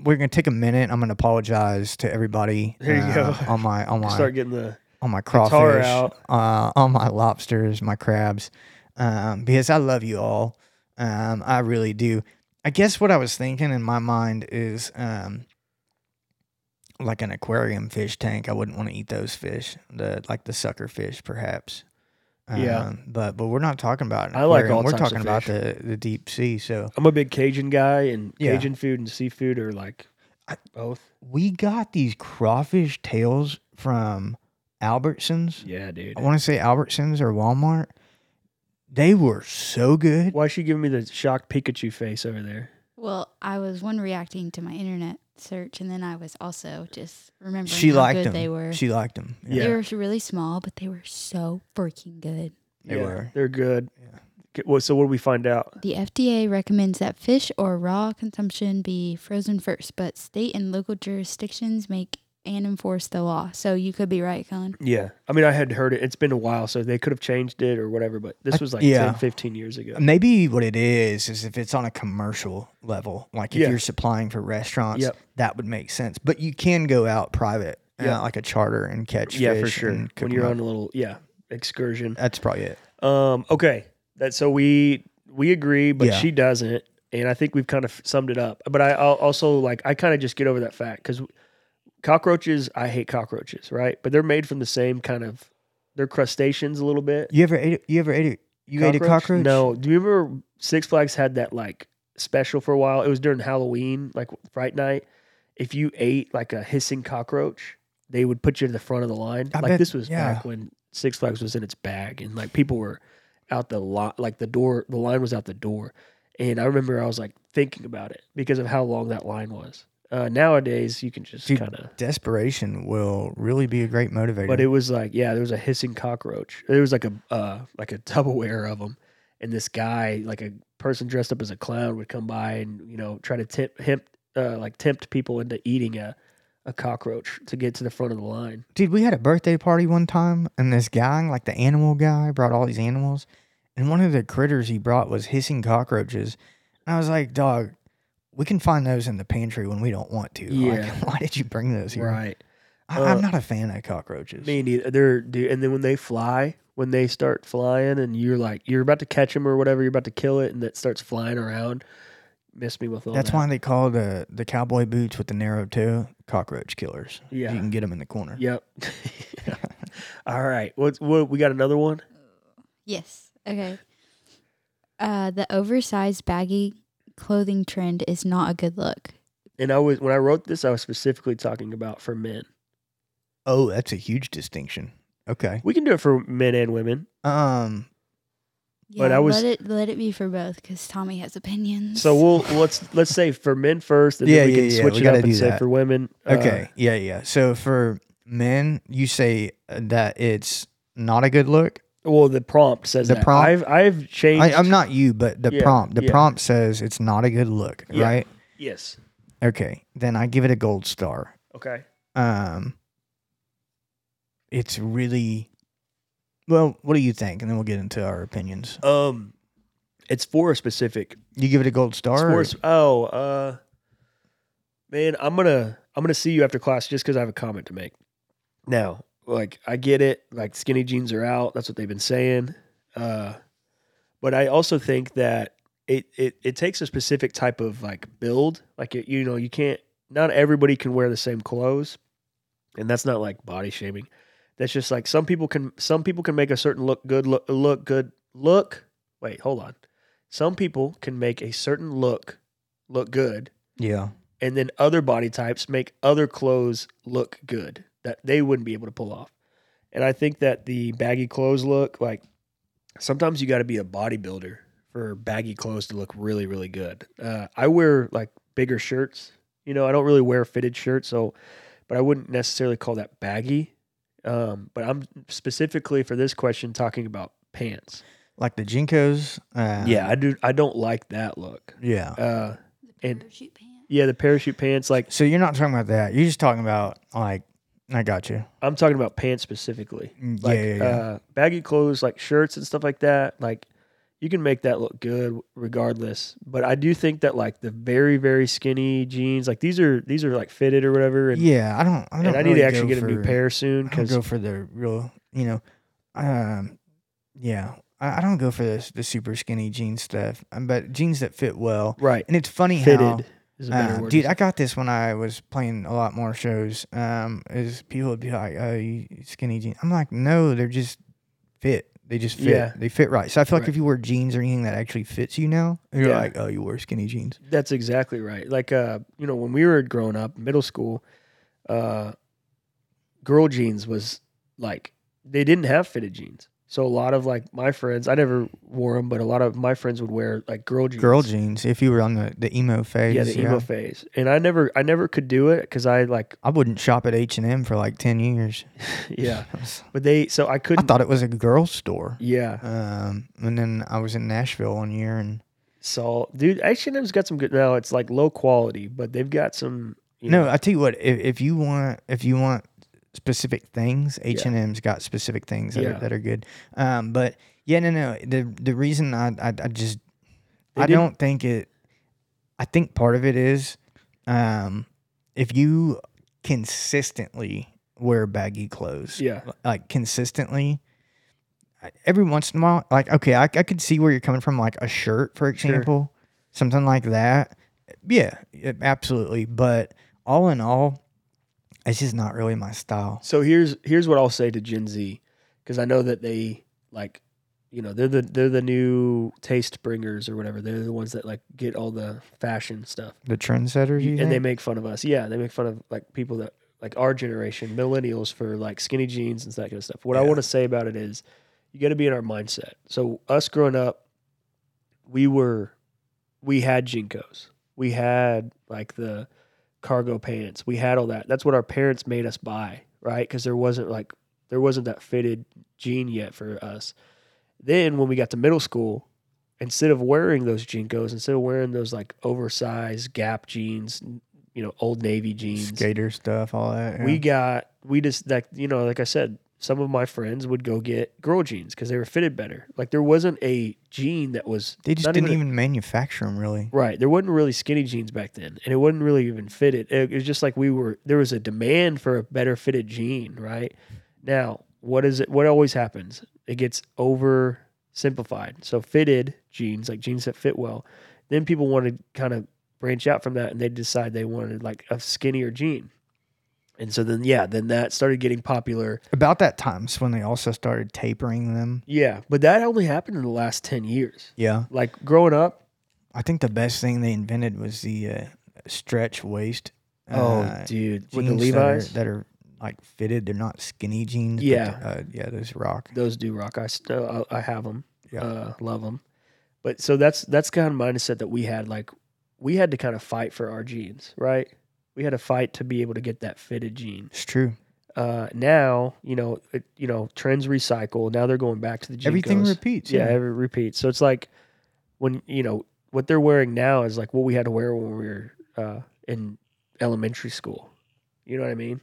S1: we're gonna take a minute. I'm gonna apologize to everybody.
S2: There you
S1: uh,
S2: go.
S1: on my on my
S2: start getting the
S1: on my
S2: tar
S1: crawfish,
S2: out.
S1: uh, on my lobsters, my crabs, um, because I love you all. Um, I really do. I guess what I was thinking in my mind is um, like an aquarium fish tank. I wouldn't want to eat those fish, the like the sucker fish, perhaps.
S2: Yeah.
S1: Um, but but we're not talking about. An
S2: I like
S1: aquarium.
S2: all
S1: We're
S2: types
S1: talking
S2: of
S1: about the the deep sea. So
S2: I'm a big Cajun guy, and
S1: Yeah.
S2: Cajun food and seafood are like both.
S1: we got these crawfish tails from Albertsons.
S2: Yeah, dude.
S1: I want to say Albertsons or Walmart. They were so good.
S2: Why is she giving me the shocked Pikachu face over there?
S3: Well, I was one reacting to my internet search, and then I was also just remembering
S1: She
S3: how
S1: liked
S3: good
S1: them.
S3: they were.
S1: She liked them.
S2: Yeah.
S3: They were really small, but they were so freaking good.
S1: They were.
S2: They're good.
S1: Yeah.
S2: Okay, well, so what did we find out?
S3: The FDA recommends that fish or raw consumption be frozen first, but state and local jurisdictions make and enforce the law. So you could be right, Colin.
S2: Yeah. I mean, I had heard it. It's been a while, so they could have changed it or whatever, but this
S1: I-
S2: was like
S1: yeah.
S2: 10, 15 years ago.
S1: Maybe what it is is if it's on a commercial level, like if
S2: Yeah.
S1: you're supplying for restaurants,
S2: Yep.
S1: that would make sense. But you can go out private,
S2: Yeah.
S1: uh, like a charter, and catch
S2: Yeah,
S1: fish.
S2: for sure.
S1: And cook
S2: When you're
S1: them
S2: on
S1: up.
S2: a little, yeah, excursion.
S1: that's probably it.
S2: Um, okay. That so we we agree, but
S1: Yeah.
S2: she doesn't, and I think we've kind of summed it up. But I I'll also like I kind of just get over that fact because cockroaches. I hate cockroaches, right? But they're made from the same kind of they're crustaceans a little bit.
S1: You ever ate? You ever ate? A, you ate a cockroach?
S2: No. Do you remember Six Flags had that like special for a while? It was during Halloween, like Fright Night. If you ate like a hissing cockroach, they would put you to the front of the line.
S1: I
S2: like
S1: bet-
S2: this was
S1: yeah.
S2: back when Six Flags was in its bag, and like people were out the lot, like the door, the line was out the door. And I remember I was like thinking about it because of how long that line was. Uh, nowadays, you can just
S1: Dude,
S2: kind of
S1: Desperation will really be a great motivator.
S2: but it was like, yeah, there was a hissing cockroach. There was like a uh, like a Tupperware of them, and this guy, like a person dressed up as a clown, would come by and you know try to tempt hemp, uh, like tempt people into eating a a cockroach to get to the front of the line.
S1: Dude, we had a birthday party one time, and this guy, like the animal guy, brought all these animals, and one of the critters he brought was hissing cockroaches. And I was like, dog, we can find those in the pantry when we don't want to. Like,
S2: Yeah.
S1: why did you bring those here?
S2: Right.
S1: I,
S2: Uh,
S1: I'm not a fan of cockroaches.
S2: Me neither. They're dude, and then when they fly, when they start flying, and you're like you're about to catch them or whatever, you're about to kill it, and that starts flying around. Miss me with all
S1: That's
S2: that.
S1: why they call the, the cowboy boots with the narrow toe cockroach killers.
S2: Yeah.
S1: You can get them in the corner.
S2: Yep. all right. What's what? We got another one.
S3: Yes. Okay. Uh, the oversized baggy clothing trend is not a good look.
S2: and I was when I wrote this, I was specifically talking about for men.
S1: Oh, that's a huge distinction. Okay.
S2: We can do it for men and women.
S1: Um,
S2: But I was-
S3: let it let it be for both because Tommy has opinions.
S2: So we'll let's let's say for men first, and
S1: Yeah,
S2: then we can
S1: yeah, yeah,
S2: switch
S1: we
S2: it up
S1: gotta
S2: and
S1: do
S2: say
S1: that.
S2: for women. uh,
S1: Okay. yeah, yeah. So for men, you say uh, that it's not a good look.
S2: well, the prompt says
S1: The
S2: that.
S1: prompt-
S2: I've I've changed.
S1: I, I'm not you, but the
S2: Yeah,
S1: prompt. The
S2: yeah.
S1: prompt says it's not a good look,
S2: Yeah.
S1: right?
S2: Yes.
S1: Okay. Then I give it a gold star.
S2: Okay.
S1: Um, it's really well. What do you think? And then we'll get into our opinions.
S2: Um, it's for a specific.
S1: You give it a gold
S2: It's
S1: star.
S2: for
S1: or-
S2: a, sp- oh, uh, man, I'm gonna I'm gonna see you after class just because I have a comment to make. Now, like I get it, like skinny jeans are out. That's what they've been saying. Uh, but I also think that it it it takes a specific type of like build. Like it, you know, you can't. Not everybody can wear the same clothes, and that's not like body shaming. That's just like some people can. Some people can make a certain look good. Look, look good. Look. Wait, hold on. Some people can make a certain look look good,
S1: yeah.
S2: and then other body types make other clothes look good that they wouldn't be able to pull off. And I think that the baggy clothes look like sometimes you got to be a bodybuilder for baggy clothes to look really, really good. Uh, I wear like bigger shirts, you know, I don't really wear fitted shirts, so, but I wouldn't necessarily call that baggy. Um, but I'm specifically for this question talking about pants.
S1: Like the jinkos. Uh,
S2: yeah, I do. I don't like that look.
S1: Yeah.
S2: Uh, and-
S3: parachute pants.
S2: yeah, the parachute pants, like
S1: So you're not talking about that. You're just talking about like I got you.
S2: I'm talking about pants specifically.
S1: Mm,
S2: Like
S1: yeah, yeah, yeah.
S2: Uh, baggy clothes, like shirts and stuff like that. Like you can make that look good regardless. But I do think that like the very very skinny jeans, like these are these are like fitted or whatever. And,
S1: yeah. I don't. I don't.
S2: and I need
S1: really
S2: to actually
S1: go
S2: get a new
S1: for-
S2: pair soon
S1: I don't
S2: because
S1: go for the real, you know, um, yeah, I, I don't go for the the super skinny jean stuff, um, but jeans that fit well.
S2: right
S1: And it's funny
S2: fitted
S1: how,
S2: is a better
S1: uh,
S2: word.
S1: dude, I got this when I was playing a lot more shows. Um, is people would be like, "Oh, you skinny jeans?" I'm like, "No, they're just fit. They just fit.
S2: Yeah.
S1: They fit right." So I feel like
S2: Right.
S1: if you wear jeans or anything that actually fits you now, you're
S2: Yeah.
S1: like, "Oh, you wear skinny jeans."
S2: That's exactly right. Like uh, you know, when we were growing up, middle school, uh, girl jeans was like they didn't have fitted jeans. So a lot of like my friends, I never wore them, but a lot of my friends would wear like girl jeans.
S1: Girl jeans. If you were on the, the emo phase,
S2: Yeah, the emo phase. And I never, I never could do it because I like,
S1: I wouldn't shop at H and M for like ten years.
S2: yeah.
S1: I was-
S2: But they, so I
S1: I
S2: couldn't.
S1: thought it was a girl store.
S2: yeah.
S1: Um, and then I was in Nashville one year, and
S2: So, dude, H and M's got some good. Now it's like low quality, but they've got some. You
S1: no,
S2: know,
S1: I tell you what, if, if you want, if you want specific things, H and M's got specific things that,
S2: Yeah.
S1: are, that are good. Um, but yeah, no, no. The the reason I I, I just
S2: They
S1: I
S2: did-
S1: don't think it. I think part of it is, um, if you consistently wear baggy clothes,
S2: Yeah.
S1: like consistently. I- Every once in a while, like okay, I, I could see where you're coming from, like a shirt, for example, something like that. Yeah, it- absolutely. But all in all, it's just not really my style.
S2: So here's here's what I'll say to Gen Z, because I know that they like, you know, they're the they're the new taste bringers or whatever. They're the ones that like get all the fashion stuff,
S1: The trendsetters, you
S2: and
S1: think?
S2: they make fun of us. Yeah, they make fun of like people that like our generation, millennials, for like skinny jeans and that kind of stuff. What I
S1: Yeah.
S2: want to say about it is, you got to be in our mindset. So us growing up, we were, we had jinkos, we had like the cargo pants, we had all that. That's what our parents made us buy, right? Because there wasn't like there wasn't that fitted jean yet for us. Then when we got to middle school, instead of wearing those jinkos, instead of wearing those like oversized Gap jeans, you know, Old Navy jeans,
S1: skater stuff, all that. yeah.
S2: we got we just like you know like i said some of my friends would go get girl jeans because they were fitted better like there wasn't a jean that was
S1: they just
S2: not
S1: didn't
S2: a-
S1: even manufacture them really.
S2: right there wasn't really skinny jeans back then and it wasn't really even fitted it was just like we were there was a demand for a better fitted jean right now what is it what always happens it gets oversimplified. so fitted jeans like jeans that fit well then people want to kind of branch out from that and they decide they wanted like a skinnier jean and so then yeah then that started getting popular
S1: About that time's when they also started tapering them.
S2: yeah but that only happened in the last 10 years
S1: Yeah,
S2: like growing up
S1: I think the best thing they invented was the uh, stretch waist. uh,
S2: oh dude with the
S1: jeans that are-
S2: levi's
S1: that are, like fitted. They're not skinny jeans. but
S2: Yeah.
S1: th- uh, yeah, those rock.
S2: Those do rock. I still I I have them.
S1: Yeah.
S2: Uh, love them. But so that's that's kind of mindset that we had. Like we had to kind of fight for our jeans, right? We had to fight to be able to get that fitted jean.
S1: It's true.
S2: Uh, now you know it, you know trends recycle. Now they're going back to the jean
S1: Everything repeats.
S2: yeah, every repeat. So it's like when you know what they're wearing now is like what we had to wear when we were uh, in elementary school. You know what I mean?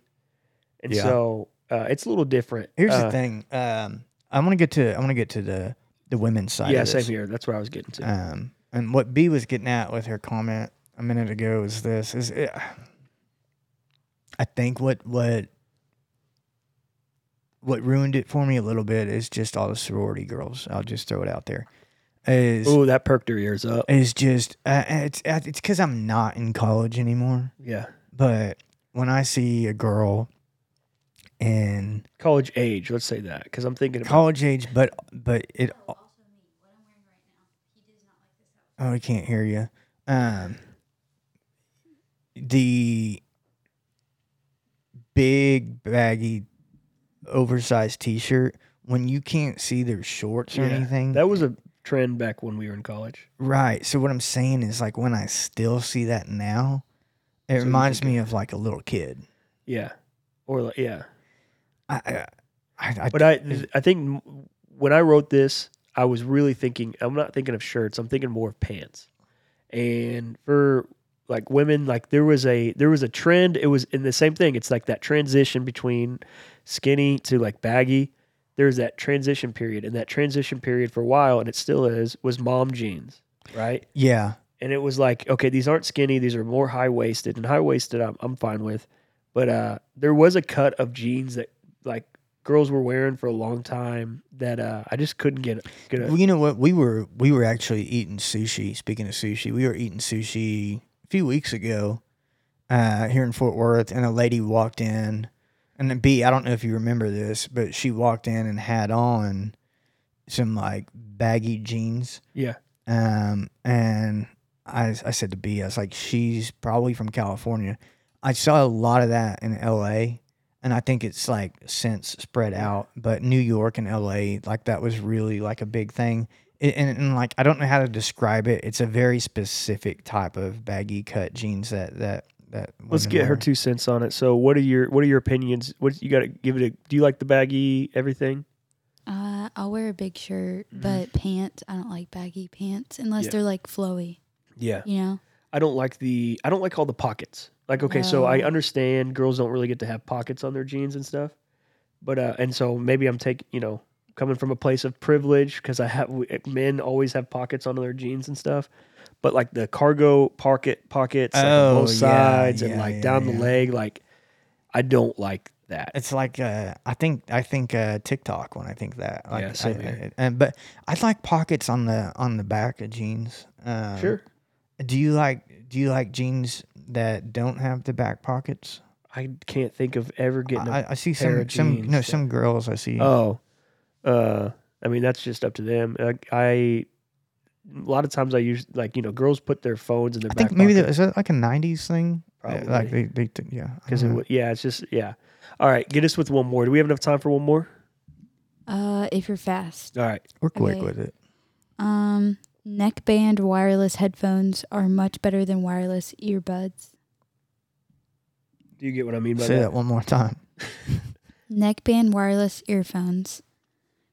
S2: And
S1: Yeah.
S2: so uh, it's a little different.
S1: Here's
S2: Uh,
S1: the thing. Um, I want to get to. I want to get to the the women's side.
S2: Yeah,
S1: of
S2: same
S1: this.
S2: here. That's what I was getting to.
S1: Um, and what B was getting at with her comment a minute ago is this: is it, I think what what what ruined it for me a little bit is just all the sorority girls. I'll just throw it out there. Is
S2: Ooh, that perked her ears up.
S1: is just uh, it's uh, it's because I'm not in college anymore.
S2: Yeah.
S1: But when I see a girl in
S2: College age, let's say that, because I'm thinking about
S1: college age, but but it. Oh, I can't hear you. Um, the big baggy, oversized T-shirt when you can't see their shorts or
S2: Yeah.
S1: anything.
S2: That was a trend back when we were in college.
S1: Right. So what I'm saying is like when I still see that now, it
S2: So you
S1: reminds
S2: think
S1: me of like a little kid.
S2: Yeah. Or like, yeah.
S1: I, I, I, I
S2: But I, th- I think m- when I wrote this, I was really thinking. I'm not thinking of shirts. I'm thinking more of pants. And for like women, like there was a there was a trend. It was in the same thing. It's like that transition between skinny to like baggy. There's that transition period, and that transition period for a while, and it still is, was mom jeans, right?
S1: yeah,
S2: and it was like, okay, these aren't skinny; these are more high waisted, and high waisted I'm, I'm fine with. But uh, there was a cut of jeans that like girls were wearing for a long time that uh, I just couldn't get get.
S1: Well,
S2: A,
S1: you know what? We were we were actually eating sushi. Speaking of sushi, we were eating sushi a few weeks ago uh, here in Fort Worth, and a lady walked in, and then B. I don't know if you remember this, but she walked in and had on some like baggy jeans.
S2: Yeah.
S1: Um, and I I said to B, I was like, she's probably from California. I saw a lot of that in L.A. and I think it's like since spread out. But New York and L.A. like that was really like a big thing. It, and, and like I don't know how to describe it. It's a very specific type of baggy cut jeans that that that.
S2: Let's
S1: women
S2: get her
S1: wear.
S2: two cents on it. So, what are your what are your opinions? What you got to give it? A, do you like the baggy everything?
S3: Uh, I'll wear a big shirt,
S2: Mhm.
S3: but pants. I don't like baggy pants unless
S2: Yeah.
S3: they're like flowy.
S2: Yeah,
S3: You know,
S2: I don't like the I don't like all the pockets. Like, okay, so I
S3: No.
S2: understand girls don't really get to have pockets on their jeans and stuff, but uh, and so maybe I'm taking you know coming from a place of privilege because I have we- men always have pockets on their jeans and stuff, but like the cargo pocket pockets like, on
S1: Oh,
S2: both
S1: yeah,
S2: sides and
S1: yeah,
S2: like
S1: yeah,
S2: down the
S1: yeah.
S2: leg, like I don't like that.
S1: It's like uh, I think I think uh, TikTok when I think that. Like,
S2: Yeah, same
S1: I-
S2: here.
S1: I- and- but I like pockets on the on the back of jeans. Um,
S2: sure,
S1: Do you like do you like jeans that don't have the back pockets?
S2: I can't think of ever getting. a
S1: I, I see
S2: pair
S1: some
S2: of
S1: some
S2: jeans
S1: no
S2: that-
S1: some girls I see.
S2: Oh, uh, I mean that's just up to them. I, I a lot of times I use like you know girls put their phones in their
S1: I
S2: back
S1: think maybe
S2: pocket
S1: that, is that like a '90s thing. Uh, Like
S2: Probably.
S1: they, they t- yeah. I
S2: because
S1: don't
S2: it
S1: know.
S2: would yeah it's just yeah. All right, get us with one more. Do we have enough time for one more?
S3: uh, if you're fast.
S2: All right,
S1: we're quick
S3: okay.
S1: with it.
S3: Um, neckband wireless headphones are much better than wireless earbuds.
S2: do you get what I mean by
S1: Say
S2: that?
S1: that one more time.
S3: Neckband wireless earphones,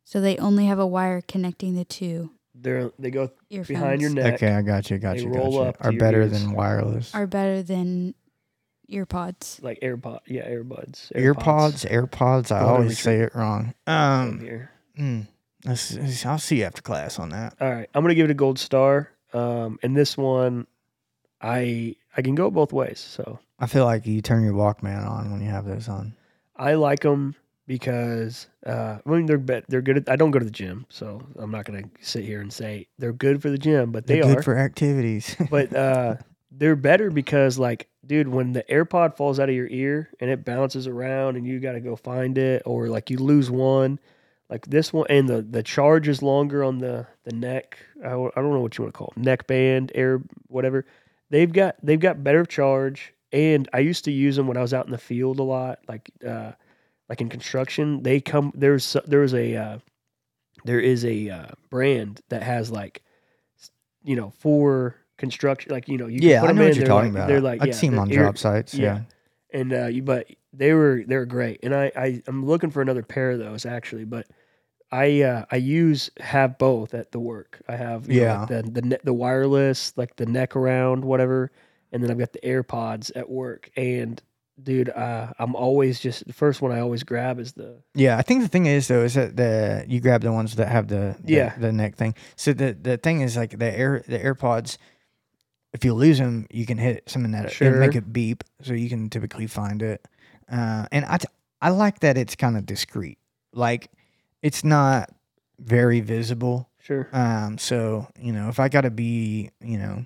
S3: so they only have a wire connecting the two
S2: They're they go
S3: earphones.
S2: behind your neck.
S1: Okay, I got you. Got
S2: They
S1: you. Got
S2: roll
S1: you.
S2: up to
S1: Are
S2: your
S1: better
S2: ears.
S1: than wireless.
S3: Are better than earpods.
S2: Like AirPod, yeah, AirPods,
S1: Earpods, AirPods. I
S2: Go ahead and
S1: always say it wrong. Um,
S2: Over here.
S1: Mm. Let's- let's- I'll see you after class on that.
S2: All right, I'm gonna give it a gold star. Um, and this one, I I can go both ways. So
S1: I feel like you turn your Walkman on when you have those on.
S2: I like them because uh, I mean they're bet they're good. At, I don't go to the gym, so I'm not gonna sit here and say they're good for the gym, but they
S1: They're good
S2: are.
S1: for activities.
S2: but uh, they're better because like, dude, when the AirPod falls out of your ear and it bounces around and you got to go find it, or like you lose one, like this one, and the the charge is longer on the the neck. I, w- I don't know what you want to call it, neck band, air, whatever. They've got they've got better charge. And I used to use them when I was out in the field a lot, like uh, like in construction. They come there's so- there was a uh, there is a uh, brand that has like s- you know for construction, like you know you can
S1: yeah,
S2: put
S1: I
S2: 'em
S1: know
S2: in,
S1: what you're
S2: they're
S1: talking
S2: like,
S1: about.
S2: They're like
S1: I've
S2: yeah,
S1: seen 'em
S2: they're
S1: on
S2: ear-
S1: job sites.
S2: yeah.
S1: Yeah.
S2: and uh, you but they were they were great, and I I I'm looking for another pair of those actually, but I uh, I use have both at the work. I have you know, like the the ne- the wireless like the neck around whatever, and then I've got the AirPods at work. And dude, uh, I'm always just the first one I always grab is the
S1: Yeah, I think the thing is though is that the you grab the ones that have the, the
S2: Yeah.
S1: the neck thing. So the the thing is like the air the AirPods. If you lose them, you can hit something that it'll make
S2: Sure.
S1: it beep, so you can typically find it. Uh, and I t- I like that it's kind of discreet, like it's not very visible.
S2: sure
S1: Um, so you know, if I gotta be, you know,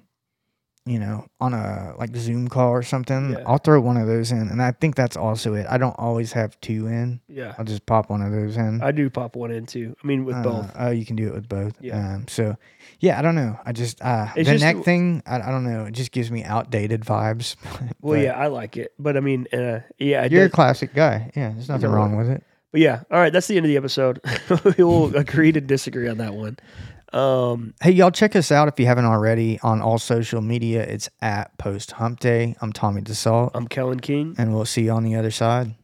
S1: you know, on a like Zoom call or something,
S2: Yeah.
S1: I'll throw one of those in, and I think that's also it. I don't always have two in.
S2: yeah.
S1: I'll just pop one of those in.
S2: I do pop one in too. I mean with
S1: Um, Uh,
S2: both.
S1: Oh, you can do it with both.
S2: Yeah.
S1: Um, so, yeah, I don't know. I just uh,
S2: It's
S1: the
S2: just
S1: neck
S2: the-
S1: thing. I, I don't know. It just gives me outdated vibes.
S2: Well,
S1: but
S2: yeah, I like it, but I mean, uh, yeah, it
S1: You're a
S2: does-
S1: classic guy. Yeah, there's nothing
S2: know
S1: wrong with it.
S2: But yeah, all right, that's the end of the episode. we will agree to disagree on that one. Um,
S1: Hey, y'all, check us out if you haven't already on all social media. It's at Post Hump Day. I'm Tommy DeSalt,
S2: I'm Kellen King.
S1: and we'll see you on the other side.